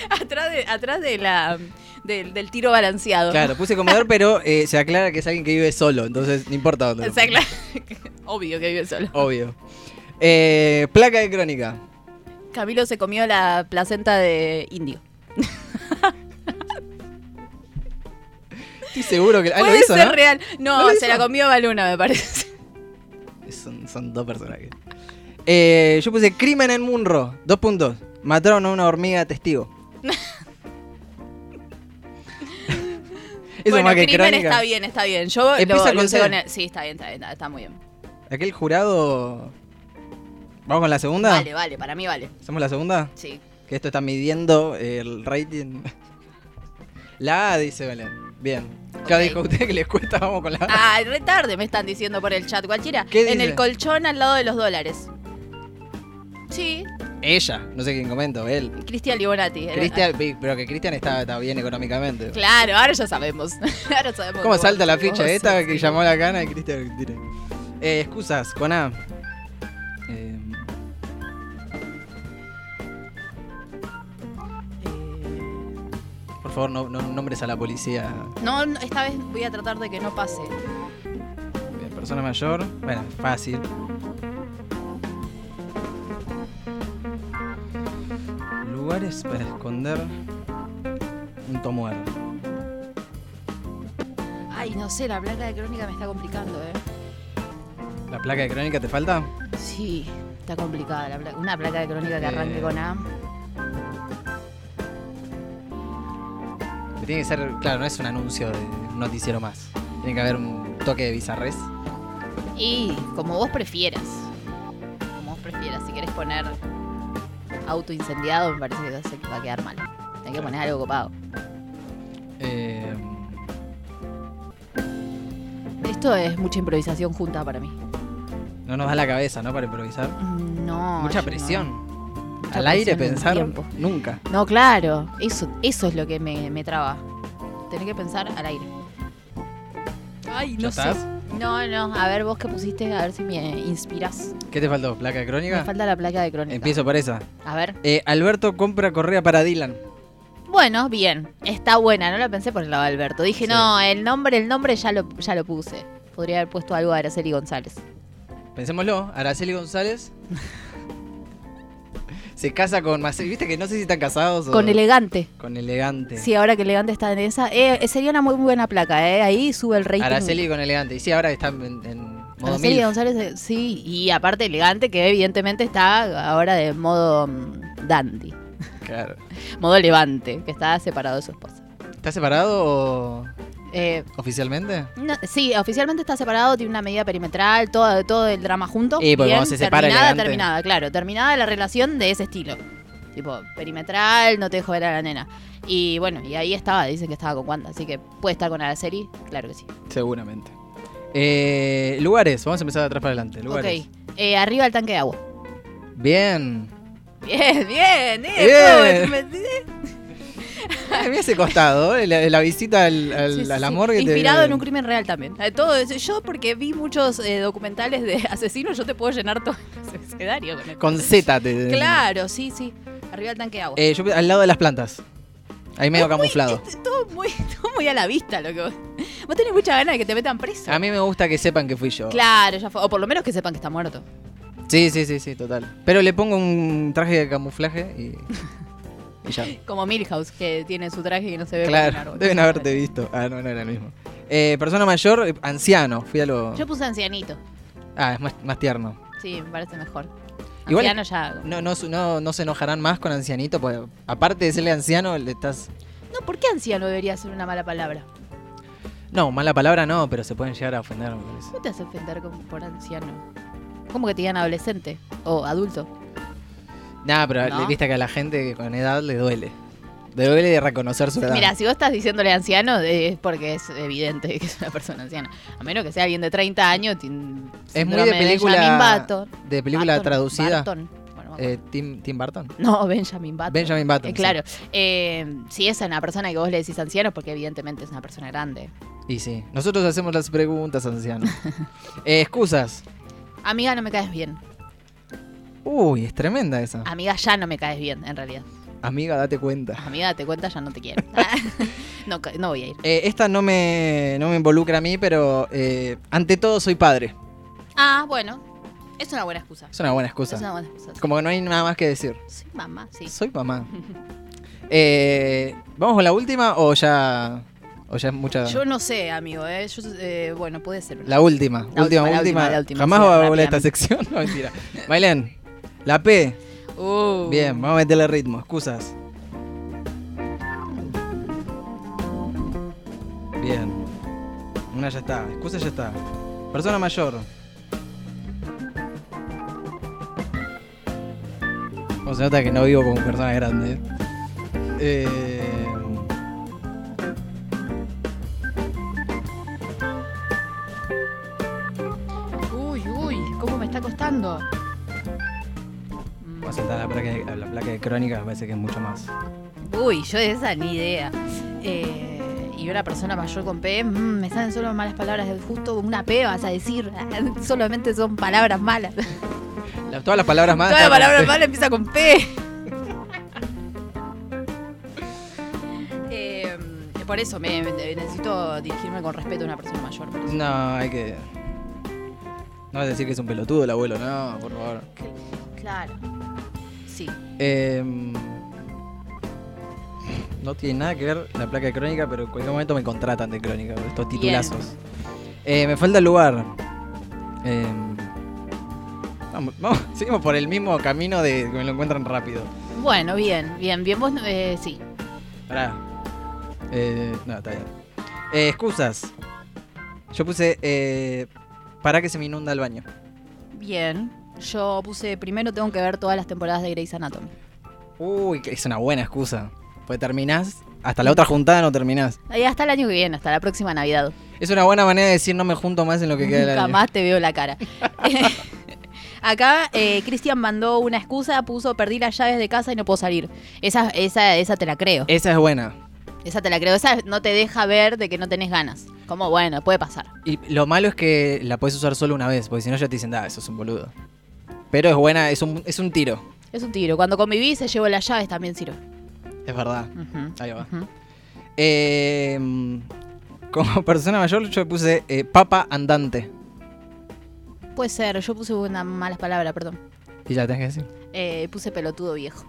Atrás de, atrás de la, del, del tiro balanceado.
Claro, puse comedor, pero eh, se aclara que es alguien que vive solo, entonces no importa dónde. lo
O sea,
ponga.
claro, Obvio que vive solo.
Obvio. Eh, placa de crónica.
Camilo se comió la placenta de indio.
Estoy seguro que. Ah, lo
Puede
hizo,
ser
¿no?
real. No,
¿No lo
se la
hizo?
comió Baluna, me parece.
Son, son dos personajes. Eh, yo puse crimen en Munro. Dos puntos. Mataron a una hormiga testigo. Eso
bueno,
más que
crimen
crónica.
está bien, está bien. Yo
Empieza
lo,
con
lo usé
C.
con el- Sí, está bien, está bien, está, está muy bien.
Aquel jurado. ¿Vamos con la segunda?
Vale, vale, para mí vale.
¿Hacemos la segunda?
Sí.
Que esto está midiendo el rating. La A dice Belén. Bien. Claro,
Ok.
dijo usted que les cuesta, vamos con la A.
Ah, re tarde me están diciendo por el chat cualquiera.
¿Qué
En
dice?
el colchón al lado de los dólares. Sí,
Ella, no sé quién comento, él.
Cristian eh, Libonati. era-
Cristian, pi- pero que Cristian está, está bien económicamente.
ah. Claro, ahora ya sabemos. ahora sabemos.
¿Cómo
que
salta
vos-
la
que
ficha
vos
esta
sos-
que llamó la cana y Cristian tira? Eh, excusas, con A. Eh,
Eh,
por favor, no, no nombres a la policía.
No, no, esta vez voy a tratar de que no pase.
Bien, persona mayor. Bueno, fácil. Lugares para esconder un tomuero.
Ay, no sé, la placa de crónica me está complicando, ¿eh?
¿La placa de crónica te falta?
Sí, está complicada la placa. Una placa de crónica que
Eh.
arranque con A.
Que Tiene que ser, claro, no es un anuncio de un noticiero más. Tiene que haber un toque de bizarrés.
Y como vos prefieras. Como vos prefieras. Si querés poner auto incendiado, me parece que va a ser- va a quedar mal. Hay que poner algo copado.
Eh,
Esto es mucha improvisación junta para mí.
no nos da la cabeza, ¿no? Para improvisar.
Mm, No. yo
Mucha
no.
presión.
Mucha
Al aire
presión en
pensar
tiempo.
nunca.
No, claro. Eso, eso es lo que me, me traba. Tener que pensar al aire. Ay,
¿Ya estás?
No, no. A ver, vos qué pusiste, a ver si me inspiras.
¿Qué te faltó? ¿Placa de
Me
crónica?
falta la placa de crónica.
Empiezo por esa.
A ver.
Eh, Alberto compra correa para Dylan.
Bueno, bien. Está buena, no la pensé por el lado de Alberto. Dije,
Sí.
no, el nombre, el nombre ya lo, ya lo puse. Podría haber puesto algo de Araceli González.
Pensémoslo, Araceli González se casa con Mace- Viste que no sé si están casados o.
Con elegante.
con elegante.
Sí, ahora que elegante está en esa. Eh, sería una muy buena placa, ¿eh? Ahí sube el rating.
Araceli con elegante. Y sí, ahora están en, en modo
Araceli
milf.
González, eh, sí. Y aparte elegante, que evidentemente está ahora de modo mm, dandy.
Claro.
Modo levante, que está separado de su esposa.
¿Está separado o
Eh,
oficialmente?
no- sí, oficialmente está separado, tiene una medida perimetral, todo, todo el drama junto.
Y, pues,
Bien,
cuando se separa
terminada,
elegante.
terminada, claro, terminada la relación de ese estilo. Tipo, perimetral, no te dejo ver a la nena. Y bueno, y ahí estaba, dicen que estaba con Wanda, así que puede estar con Araceli, claro que sí.
Seguramente. Eh, lugares, vamos a empezar de atrás para adelante. Lugares.
Ok, eh, arriba el tanque de agua.
Bien.
Bien, bien,
eh,
bien.
A mí ese costado, eh, la, la visita al, al,
Sí, sí,
a la
sí.
morgue te-
Inspirado en un crimen real también. Eh, Todo eso. Yo, porque vi muchos eh, documentales de asesinos, yo te puedo llenar todo el escenario con esto.
Con Eh, Z te-
Claro, sí, sí. Arriba el tanque de agua.
Eh, yo al lado de las plantas. Ahí medio
Es muy-
camuflado.
es Este, todo, muy, todo muy a la vista, loco. Vos tenés mucha ganas de que te metan preso.
A mí me gusta que sepan que fui yo.
Claro, ya fue. O por lo menos que sepan que está muerto.
Sí, sí, sí, sí, total. Pero le pongo un traje de camuflaje y. y ya.
Como Milhouse, que tiene su traje y no se ve. por un
Claro,
árbol.
deben haberte visto. Ah, no, no era el mismo. Eh, persona mayor, eh, anciano. Fui a lo.
Yo puse ancianito.
Ah, es más, más tierno.
Sí, me parece mejor.
Igual-
Anciano ya.
No, no, su- no, no se enojarán más con ancianito, porque aparte de serle anciano, le estás.
No, ¿por qué anciano debería ser una mala palabra?
No, mala palabra no, pero se pueden llegar a ofender, me parece.
¿Cómo te hace ofender como por anciano? ¿Cómo que te digan adolescente o adulto?
Nah, pero
No.
le viste que a la gente con edad le duele. Le duele de reconocer su edad.
Mira, si vos estás diciéndole anciano, eh, es porque es evidente que es una persona anciana. A menos que sea alguien de 30 años. tin-
es muy
síndrome
de
Benjamin
película.
Button.
De película
Barton,
traducida.
Barton. Bueno, me acuerdo.
Eh, Tim, Tim Burton.
no, Benjamin Button.
Benjamin Button. sí.
Eh, claro. Eh, si es una persona que vos le decís anciano, es porque evidentemente es una persona grande.
Y sí. Nosotros hacemos las preguntas, anciano. Eh, excusas.
Amiga, no me caes bien.
Uy, es tremenda esa.
Amiga, ya no me caes bien, en realidad.
Amiga, date cuenta.
Amiga, te cuenta, ya no te quiero. no, ca- no voy a ir.
Eh, esta no me, no me involucra a mí, pero eh, ante todo soy padre.
Ah, bueno. Es una buena excusa.
Es una buena excusa.
Es una buena excusa.
Como que no hay nada más que decir.
Soy mamá, sí.
Soy mamá. Eh, ¿Vamos con la última o ya, o ya es mucha?
Yo no sé, amigo, ¿eh? Yo, eh, bueno, puede ser.
La última, última,
La
última,
última, la última, la última,
Jamás
sí,
va a volver a esta
rápidamente.
sección. No, mentira. Mailén, la P.
Uh.
Bien, vamos a meterle ritmo, excusas. Bien. Una ya está, excusas ya está. Persona mayor. Como Oh, se nota que no vivo como persona grande. ¿eh? Eh,
Uy, uy, cómo me está costando. Mm.
voy a saltar la placa, de, a la placa de crónica, me parece que es mucho más.
Uy, yo de esa ni idea. Eh, y una persona mayor con P, mm, me salen solo malas palabras. Justo una P vas a decir. Solamente son palabras malas.
Ah, La- todas las palabras más.
Toda la palabra mala empieza con P. Eh, por eso me, me- necesito dirigirme con respeto a una persona mayor. por eso.
No, hay que. No vas a decir que es un pelotudo el abuelo, no, por favor. Mm.
Claro. Sí.
Em, no tiene nada que ver la placa de crónica, pero en cualquier momento me contratan de crónica por estos
Bien.
titulazos. Eh, me falta el lugar. Em, vamos, vamos, seguimos por el mismo camino de que me lo encuentran rápido.
Bueno, bien, bien, bien. Vos, eh, sí.
Pará. Eh, no, está bien. Eh, excusas. Yo puse. Eh, para que se me inunda el baño.
Bien. Yo puse primero tengo que ver todas las temporadas de Grey's Anatomy.
Uy, que es una buena excusa. Pues terminás. Hasta la otra juntada no terminás.
Ahí hasta el año que viene, hasta la próxima Navidad.
Es una buena manera de decir no me junto más en lo que queda del
Nunca
año.
más te veo la cara. Acá eh, Cristian mandó una excusa, puso perdí las llaves de casa y no puedo salir. Esa, esa, esa te la creo.
Esa es buena.
Esa te la creo. Esa no te deja ver de que no tenés ganas. Como bueno, puede pasar.
Y lo malo es que la puedes usar solo una vez, porque si no ya te dicen, ah, eso es un boludo. Pero es buena, es un, es un tiro.
Es un tiro. Cuando conviví se llevó las llaves también sirve.
Es verdad.
Ujú,
Ahí va.
ujú.
Eh, como persona mayor, yo puse eh, papa andante.
Puede ser, yo puse una mala palabra, perdón.
Y ya tenés que decir.
Eh, puse pelotudo viejo.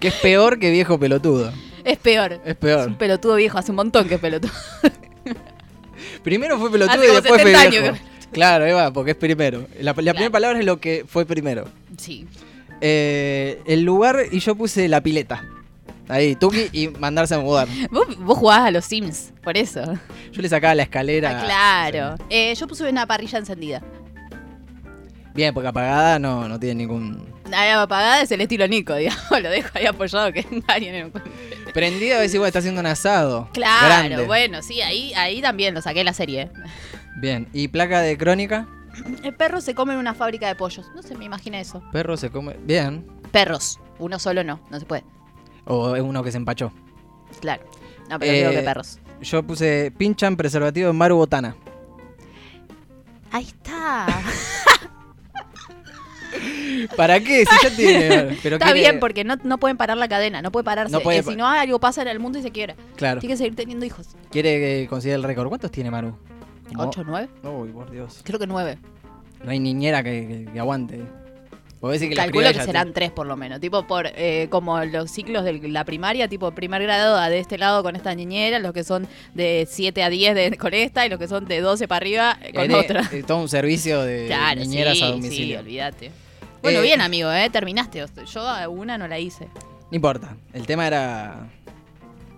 Que es peor que viejo pelotudo.
Es peor.
Es
Es un
peor.
pelotudo viejo, hace un montón que es pelotudo.
Primero fue pelotudo
Hace
y
como
después fue
70
viejo.
años
Claro, ahí va, porque es primero. La, la primera
Claro.
palabra es lo que fue primero.
Sí.
Eh, el lugar y yo puse la pileta. Ahí, Tuki y mandarse a mudar.
Vos, vos jugabás a los Sims, por eso.
Yo le sacaba la escalera.
Ah, claro. Eh, yo puse una parrilla encendida.
Bien, porque apagada no, no tiene ningún.
Nada apagada es el estilo Nico, digamos. Lo dejo ahí apoyado que nadie me encuentre.
Prendida a veces igual está haciendo un asado.
Claro,
Grande.
bueno, sí, ahí, ahí también lo saqué de la serie.
Bien. Y placa de crónica.
El perro se come en una fábrica de pollos. No se me imagina eso.
Perro se come. Bien.
Perros. Uno solo no, no se puede.
O es uno que se empachó.
Claro. No, pero
Eh,
digo que perros.
Yo puse pinchan preservativo en Maru Botana.
Ahí está.
¿Para qué? Si ya tiene. Pero
Está
quiere-
bien, porque no, no pueden parar la cadena, no puede pararse.
No puede
Eh,
pa-
si no, algo pasa en el mundo y se quiebra.
Claro.
Tiene que seguir teniendo hijos.
Quiere eh, conseguir el récord. ¿Cuántos tiene Maru? Como-
¿Ocho, nueve?
Uy, por Dios.
Creo que nueve.
No hay niñera que, que- que aguante. Vos decís que la
Calculo que
criolla
serán tres por lo menos. Tipo, por eh, como los ciclos de la primaria, tipo primer grado a de este lado con esta niñera, los que son de 7 a 10 de- con esta y los que son de 12 para arriba eh, con
tiene-
otra.
eh, todo un servicio de
Claro,
niñeras
sí,
a
sí,
domicilio.
olvídate. Bueno,
Eh,
bien, amigo, ¿eh? Terminaste. Yo a una no la hice.
no importa. El tema era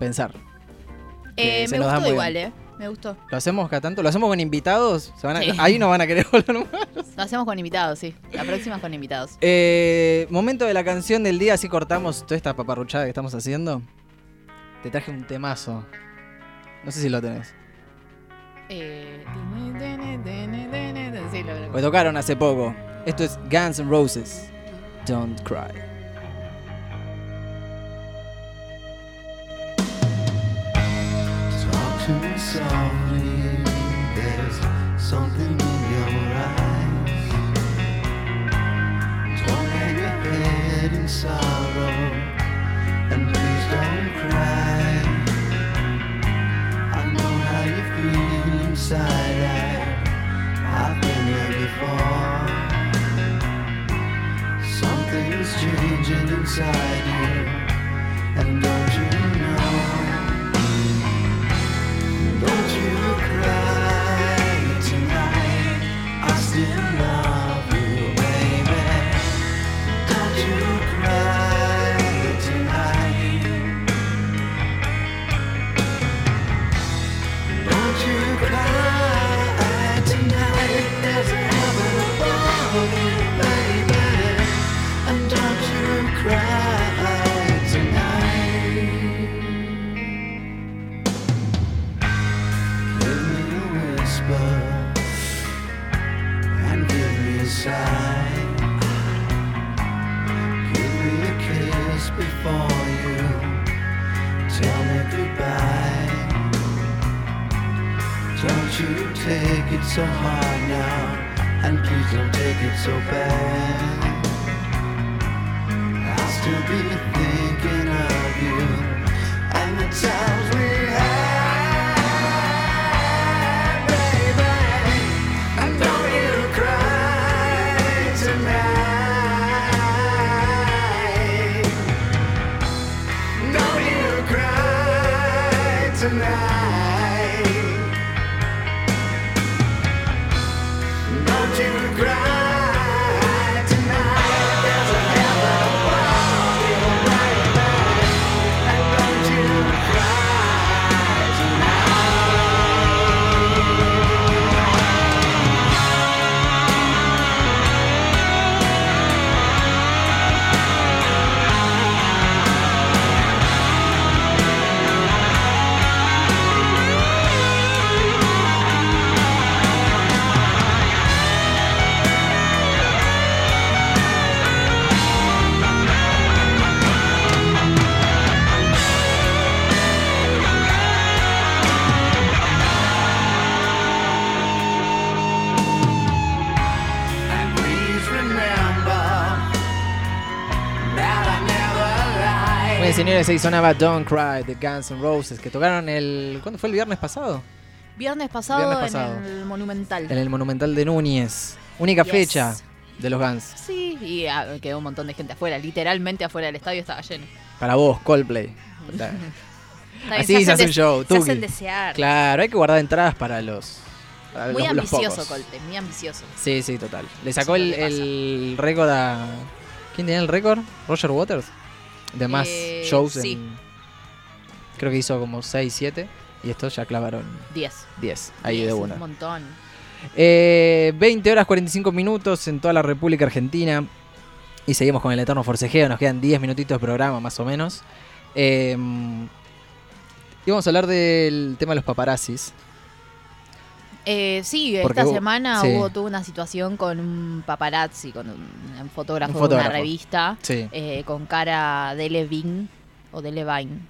pensar. Que
Eh,
se
me
nos da
gustó
muy
igual, ¿eh? Me gustó.
¿Lo hacemos cada tanto? ¿Lo hacemos con invitados? ¿Se van a-
Sí.
Ahí no van a querer volver más.
Lo hacemos con invitados, sí. La próxima es con invitados.
Eh, momento de la canción del día, así cortamos toda esta paparruchada que estamos haciendo. Te traje un temazo. No sé si lo tenés.
Eh, sí, lo- lo-
Lo Pues tocaron hace poco. Esto es Guns N' Roses. Don't cry.
Talk to me softly. There's something in your eyes. Don't hang your head in sorrow, and please don't cry. I know how you feel inside. I, I've been there before. Something's changing inside you, and don't you know? Don't you cry tonight. I still love you, baby. Don't you cry tonight. Don't you cry tonight. There's heaven above you, baby. And don't you cry tonight. Give me a whisper and give me a sigh. Give me a kiss before you tell me goodbye. Don't you take it so hard now, and please don't take it so bad. I'll still be thinking of you and the times we had. Tonight, don't you cry tonight. There's a heaven above you, baby, and don't you cry tonight. And please remember that I never lied.
Bueno, señores, ahí sonaba Don't Cry de Guns N' Roses que tocaron el. ¿Cuándo fue el viernes pasado?
Viernes pasado,
Viernes pasado.
en el Monumental.
En el Monumental de Núñez. Única
Yes.
fecha de los Guns.
Sí, y ah, quedó un montón de gente afuera, literalmente afuera del estadio estaba lleno.
Para vos, Coldplay.
Está bien,
Así se
hacen
hace un
des-
show,
Se
tuki.
hacen desear.
Claro, hay que guardar entradas para los. para
Muy
los- los
ambicioso,
pocos.
Colte, muy ambicioso.
Sí, sí, total. Le
Eso
sacó
es
el,
lo que pasa.
el récord a. ¿Quién tenía el récord? ¿Roger Waters? De más
Eh,
shows
sí.
en- Creo que hizo como 6, 7. Y estos ya clavaron
10.
10. Ahí de
Un
una.
montón.
Eh, 20 horas 45 minutos en toda la República Argentina. Y seguimos con el eterno forcejeo. Nos quedan 10 minutitos de programa más o menos. Eh, íbamos a hablar del tema de los paparazzis.
Eh, sí,
Porque
esta
hubo-
semana
sí.
hubo tuvo una situación con un paparazzi, con un, un fotógrafo,
Un
de
fotógrafo.
una revista,
Sí.
eh, con cara de Levine o de Levine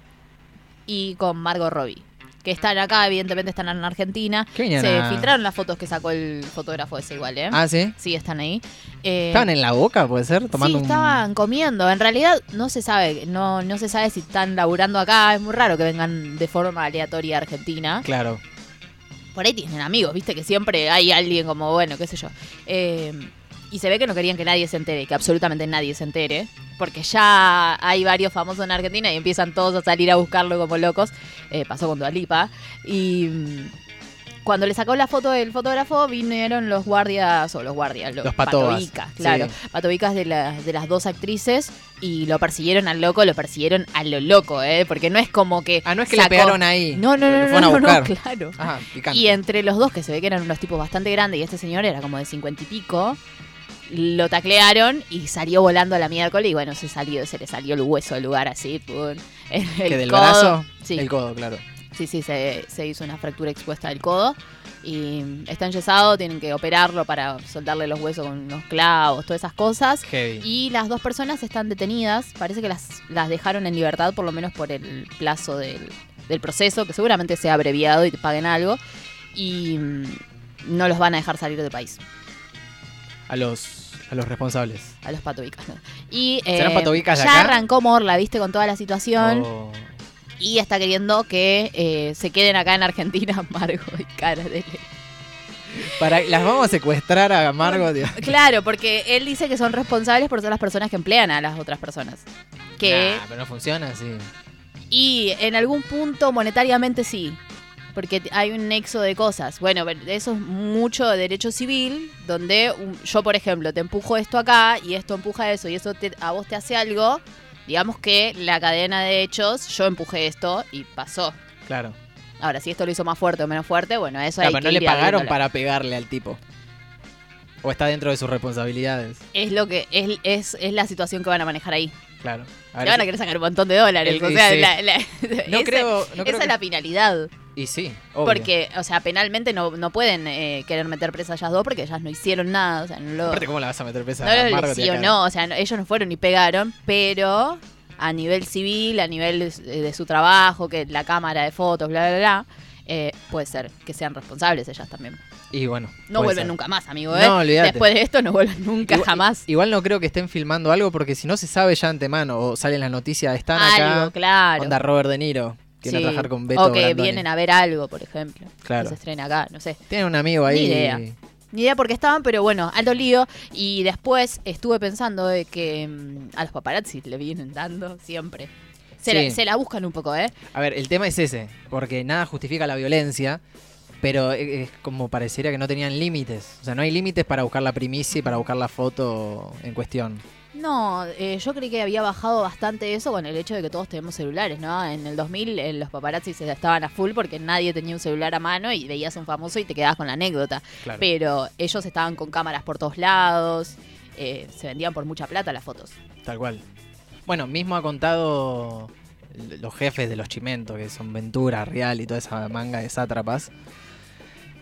y con Margot Robbie. que están acá, evidentemente están en Argentina.
¿Qué venían
Se
a-
filtraron las fotos que sacó el fotógrafo ese igual, ¿eh?
Ah, sí.
Sí, están ahí. Eh,
Estaban en la boca, puede ser, tomando
sí,
un-
estaban comiendo. En realidad no se sabe, no, no se sabe si están laburando acá. Es muy raro que vengan de forma aleatoria a Argentina.
Claro.
Por ahí tienen amigos, viste que siempre hay alguien como, bueno, qué sé yo. Eh, y se ve que no querían que nadie se entere, que absolutamente nadie se entere. Porque ya hay varios famosos en Argentina y empiezan todos a salir a buscarlo como locos. Eh, pasó con Dualipa. Y mm, cuando le sacó la foto del fotógrafo, vinieron los guardias, o los guardias, los,
Los patobas,
patobicas, claro. Patobicas de, las de las dos actrices y lo persiguieron al loco, lo persiguieron a lo loco, ¿eh? Porque no es como que.
Ah, no es que le pegaron ahí.
No, no,
Lo
no, no,
fueron a
no, no,
buscar. Ah,
claro.
Ajá, picante.
Y entre los dos, que se ve que eran unos tipos bastante grandes, y este señor era como de cincuenta y pico, lo taclearon y salió volando a la miércoles. Y bueno, se salió, se le salió el hueso del lugar así. pum, el- el
¿Que del
codo.
brazo?
Sí,
El codo, claro.
sí, sí, se, se hizo una fractura expuesta del codo. Y está enyesado, tienen que operarlo para soldarle los huesos con unos clavos, todas esas cosas.
Heavy.
Y las dos personas están detenidas. Parece que las, las dejaron en libertad, por lo menos por el plazo del, del proceso, que seguramente sea abreviado y te paguen algo. Y mm, no los van a dejar salir del país,
A los, a los responsables.
a los patobicas. ¿no? Y, eh,
¿Serán patobicas de
ya
acá? Oh.
arrancó Morla, viste, con toda la situación.
O-
Y está queriendo que eh, se queden acá en Argentina Margo y Cara de
Para, las vamos a secuestrar a Margot. tío.
Claro, porque él dice que son responsables por ser las personas que emplean a las otras personas. Que
Nah, pero no funciona así.
Y en algún punto monetariamente sí, porque t- hay un nexo de cosas. Bueno, pero eso es mucho de derecho civil, donde un- yo, por ejemplo, te empujo esto acá y esto empuja eso y eso te- a vos te hace algo. Digamos que la cadena de hechos, yo empujé esto y pasó.
Claro.
Ahora, si esto lo hizo más fuerte o menos fuerte, bueno, eso
Ah,
hay
pero
que
no le
ir
pagaron
abriéndolo.
para pegarle al tipo. O está dentro de sus responsabilidades.
Es lo que es, es, es la situación que van a manejar ahí.
Claro. A
Le
ver
van a
si-
querer sacar un montón de dólares.
Sí,
o sea,
sí.
la- la-
no
esa-
creo. no creo
esa
que-
es la finalidad.
Y sí, obvio.
Porque, o sea, penalmente no, no pueden eh, querer meter presa a ellas dos porque ellas no hicieron nada, o sea, no lo,
Aparte, ¿cómo la vas a meter presa
no
a
lo
Margot? y a
lesionó, o sea, no- ellos no fueron ni pegaron, pero a nivel civil, a nivel eh, de su trabajo, que la cámara de fotos, bla, bla, bla, eh, puede ser que sean responsables ellas también.
Karen? Y bueno.
No
puede
vuelven
ser.
nunca más, amigo, ¿eh?
No, olvídate.
Después de esto no vuelven nunca,
Igual-
jamás.
Igual no creo que estén filmando algo porque si no se sabe ya antemano o salen las noticias, están acá.
Algo, claro.
Onda Robert De Niro. Que viene
Sí.
a trabajar con Beto.
o que
Brandoni.
vienen a ver algo, por ejemplo.
Claro.
Que se estrena acá, no sé.
Tienen un amigo ahí.
Ni idea. Ni idea por qué estaban, pero bueno, alto lío. Y después estuve pensando de que mm, a los paparazzi le vienen dando siempre. Se,
Sí.
la, se la buscan un poco, ¿eh?
A ver, el tema es ese. Porque nada justifica la violencia. Pero e- es como parecería que no tenían límites. O sea, no hay límites para buscar la primicia y para buscar la foto en cuestión.
No, eh, yo creí que había bajado bastante eso con el hecho de que todos tenemos celulares, ¿no? En el 2000 eh, los paparazzi se estaban a full porque nadie tenía un celular a mano y veías a un famoso y te quedabas con la anécdota.
Claro.
Pero ellos estaban con cámaras por todos lados, eh, se vendían por mucha plata las fotos.
Tal cual. Bueno, mismo ha contado l- los jefes de los Chimentos, que son Ventura, Real y toda esa manga de sátrapas.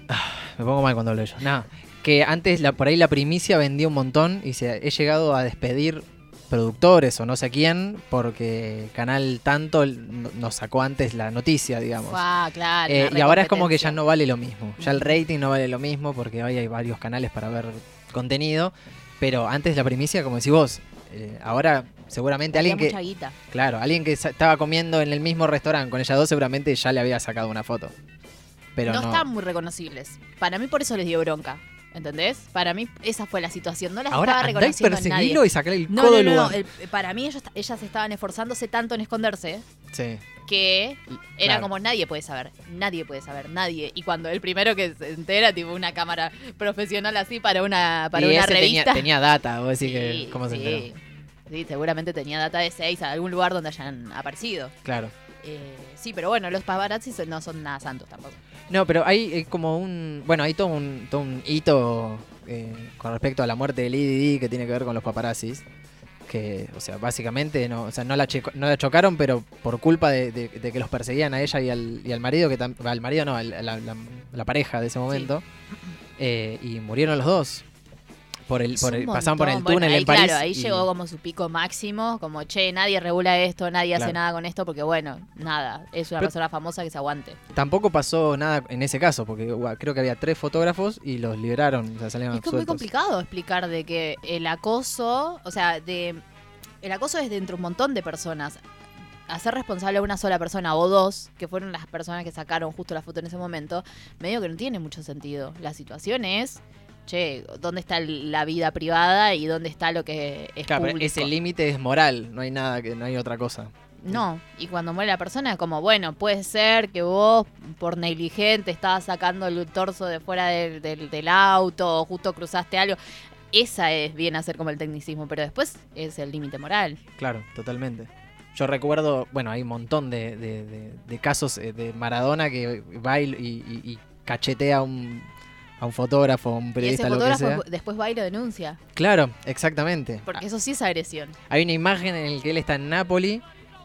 Ah, me pongo mal cuando hablo de ellos. Nada, que antes la, por ahí la primicia vendía un montón y se, he llegado a despedir productores o no sé quién porque Canal Tanto l- no- nos sacó antes la noticia, digamos.
Fua, claro.
Eh,
una
y ahora es como que ya
recompetencia.
no vale lo mismo. Ya el
Ujú.
rating no vale lo mismo porque hoy hay varios canales para ver contenido. Pero antes la primicia, como decís vos, eh, ahora seguramente
Había
alguien que.
mucha guita.
Claro, alguien que sa- estaba comiendo en el mismo restaurante con ellas dos seguramente ya le había sacado una foto. Pero
no,
no.
están muy reconocibles. Para mí por eso les dio bronca. ¿Entendés? Para mí esa fue la situación. No las
Ahora
estaba
andá y
reconociendo a nadie.
perseguilo y sacale el
No,
codo
no, eh,
del
no, no.
lugar.
El- para mí ellos- ellas estaban esforzándose tanto en esconderse
Sí,
que era
Claro.
como nadie puede saber, nadie puede saber, nadie. Y cuando el primero que se entera, tipo una cámara profesional así para una, para
Y
una
ese tenía,
revista.
tenía data, vos decís
Sí,
que. ¿Cómo se
sí.
enteró?
Sí, seguramente tenía data de seis a algún lugar donde hayan aparecido.
Claro.
Eh, sí, pero bueno, los paparazzi no son nada santos tampoco.
No, pero hay eh, como un. Bueno, hay todo un, todo un hito eh, con respecto a la muerte de Lady Di que tiene que ver con los paparazzis. Que, o sea, básicamente no, o sea, no, la, checo- no la chocaron, pero por culpa de, de- de que los perseguían a ella y al, y al marido, que tam- al marido no, al- a la, la- la pareja de ese momento, eh, y murieron los dos. Por el,
Es
por
un
el- pasaban por el
montón.
túnel
Bueno, ahí,
en París.
Claro, ahí
y-
llegó como su pico máximo, como che, nadie regula esto, nadie hace
Claro.
nada con esto, porque bueno, nada, es una
Pero-
persona famosa que se aguante.
Tampoco pasó nada en ese caso, porque guau, creo que había tres fotógrafos y los liberaron. O sea, salieron
Es que es muy
absueltos.
complicado explicar de que el acoso, o sea, de el acoso es dentro de un montón de personas. Hacer responsable a una sola persona o dos, que fueron las personas que sacaron justo la foto en ese momento, medio que no tiene mucho sentido. La situación es, che, ¿dónde está el- la vida privada y dónde está lo que es
Claro, pero
público?
ese límite es moral, no hay nada que, no hay otra cosa.
No, y cuando muere la persona, como bueno, puede ser que vos por negligente estabas sacando el torso de fuera del, del- del auto o justo cruzaste algo. Esa es bien hacer como el tecnicismo, pero después es el límite moral.
Claro, totalmente. Yo recuerdo, bueno, hay un montón de, de- de- de casos eh, de Maradona que va y, y- y- y cachetea a un, a un fotógrafo, a un
Y ese
periodista, lo que
fotógrafo
sea.
después va y lo denuncia,
Claro, exactamente. Ah,
porque eso sí es agresión.
Hay una imagen en la que él está en Nápoli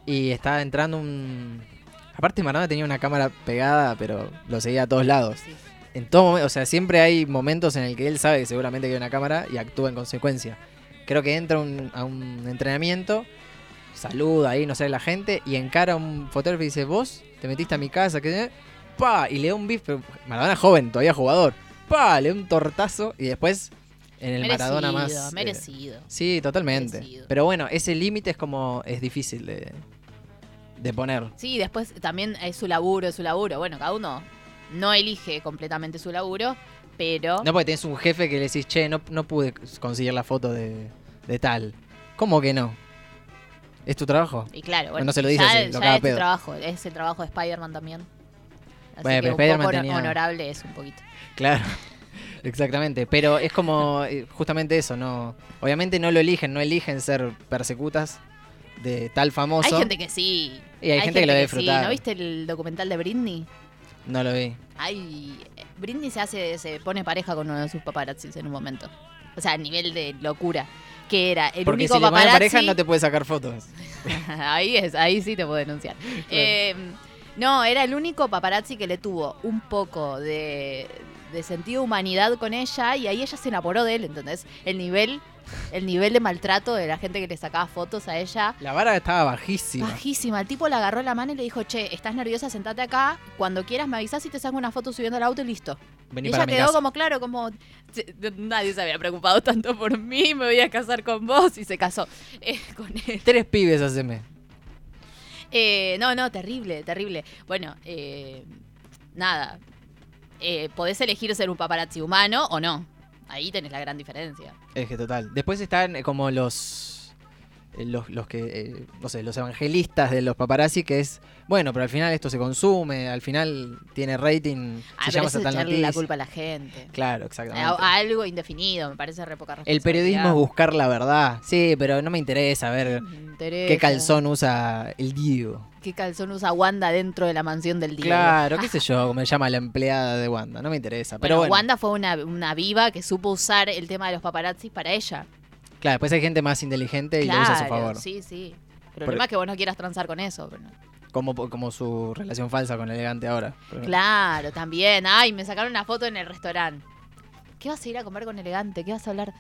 y está entrando un... Aparte Maradona tenía una cámara pegada, pero lo seguía a todos lados.
Sí.
En todo momento, o sea, siempre hay momentos en el que él sabe que seguramente que hay una cámara y actúa en consecuencia. Creo que entra un- a un entrenamiento, saluda ahí, no sé, la gente, y encara a un fotógrafo y dice, vos te metiste a mi casa, que... Pa, y le da un bif, pero Maradona joven, todavía jugador. Pa, le da un tortazo y después en el
merecido,
Maradona más... eh,
merecido.
Sí, totalmente.
Merecido.
Pero bueno, ese límite es como. es difícil de, de poner.
Sí, después también es su laburo, es su laburo. Bueno, cada uno no elige completamente su laburo, pero
No, porque tenés un jefe que le decís, che, no, no pude conseguir la foto de, de tal. ¿Cómo que no? ¿Es tu trabajo?
Y claro, bueno,
No se lo dice
ya,
así, lo
ya
caga
es tu
pedo.
trabajo, es el trabajo de Spider-Man también. Así
Bueno, pero
que un
Spider-Man
poco
tenía-
honorable es un poquito.
Claro. Exactamente. Pero es como. eh, justamente eso, ¿no? Obviamente no lo eligen, no eligen ser persecutas de tal famoso.
Hay gente que sí.
Y hay gente que lo debe
sí.
disfrutar.
¿No viste el documental de Britney?
No lo vi.
Ay, Britney se hace, se pone pareja con uno de sus paparazzis en un momento. O sea, a nivel de locura. Que era el
Porque
único
si le pones
paparazzi.
pareja no te puede sacar fotos.
ahí es, ahí sí te puedo denunciar. Eh, no, era el único paparazzi que le tuvo un poco de, de sentido de humanidad con ella y ahí ella se enamoró de él, ¿entendés? El nivel, el nivel de maltrato de la gente que le sacaba fotos a ella.
La vara estaba bajísima.
Bajísima, el tipo le agarró la mano y le dijo, che, estás nerviosa, sentate acá, cuando quieras me avisas y te saco una foto subiendo al auto y listo.
Vení
y
para
ella
mi
quedó
casa.
como, claro, como, "Se- nadie se había preocupado tanto por mí, me voy a casar con vos y se casó eh, con él.
Tres pibes haceme.
Eh, no, no, terrible, terrible. Bueno, eh, nada. Eh, podés elegir ser un paparazzi humano o no. Ahí tenés la gran diferencia.
Es que total. Después están eh, como los. eh, Los, los que, eh, no sé, los evangelistas de los paparazzi, que es, bueno, pero al final esto se consume, al final tiene rating,
Ah,
se
pero
llama esa
eso es
tal
echarle
noticia.
la culpa Ah, a la gente.
Claro,
A,
exactamente.
a algo indefinido, me parece re poca
el periodismo es buscar la verdad. Sí, pero no me interesa ver qué calzón usa el Diego.
¿Qué calzón usa Wanda dentro de la mansión del Diego? Ah.
Claro, qué sé yo, como me llama la empleada de Wanda, no me interesa.
Bueno,
Pero bueno,
Wanda fue una, una viva que supo usar el tema de los paparazzis para ella.
claro, después hay gente más inteligente y
claro,
lo usa a su favor. e-
sí, sí. Pero el problema es que vos no quieras transar con eso. pero no.
Como, como su relación falsa con elegante ahora. por ejemplo.
Claro, también. Ay, me sacaron una foto en el restaurante. ¿Qué vas a ir a comer con elegante? ¿Qué vas a hablar?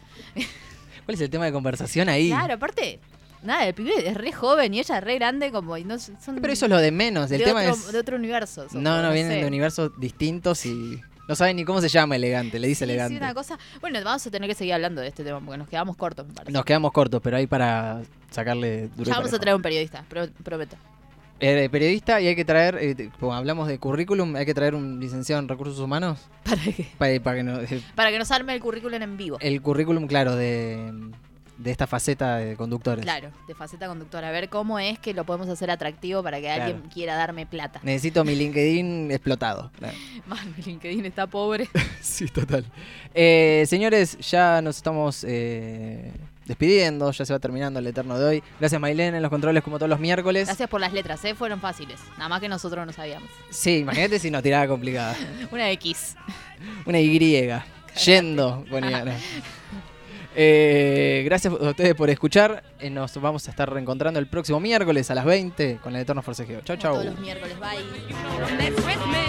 ¿Cuál es el tema de conversación ahí?
Claro, aparte, nada, el pibe es re joven y ella es re grande, como y no son
Pero eso es lo de menos. El
de
tema
otro,
es.
de otro universo. son,
no, no, vienen
sé.
de universos distintos y. No saben ni cómo se llama elegante. Le dice
Sí, sí,
elegante.
una cosa. Bueno, vamos a tener que seguir hablando de este tema porque nos quedamos cortos, me parece.
Nos quedamos cortos, pero hay para sacarle duro. y
ya vamos a
parejo.
traer un periodista, pro- prometo.
Eh, periodista y hay que traer. eh, te- como hablamos de currículum, hay que traer un licenciado en recursos humanos.
¿Para qué?
Para, para que no- eh,
Para que nos arme el currículum en vivo.
el currículum, claro, de, de esta faceta de conductores.
Claro, de faceta conductora. A ver cómo es que lo podemos hacer atractivo para que
Claro.
alguien quiera darme plata.
Necesito mi LinkedIn explotado. Claro.
Más mi LinkedIn está pobre.
Sí, total. Eh, señores, ya nos estamos eh, despidiendo, ya se va terminando el Eterno de hoy. Gracias Mailén en los controles como todos los miércoles.
Gracias por las letras, ¿eh? fueron fáciles. Nada más que nosotros no sabíamos.
Sí, imagínate si nos tiraba complicada.
Una X.
Una Y. Yendo, ponía, no. Eh, gracias a ustedes por escuchar. Eh, nos vamos a estar reencontrando el próximo miércoles a las 20 con el Eterno Forcejeo. Chau,
Como
chau.
Todos los miércoles, bye.
Let's with me.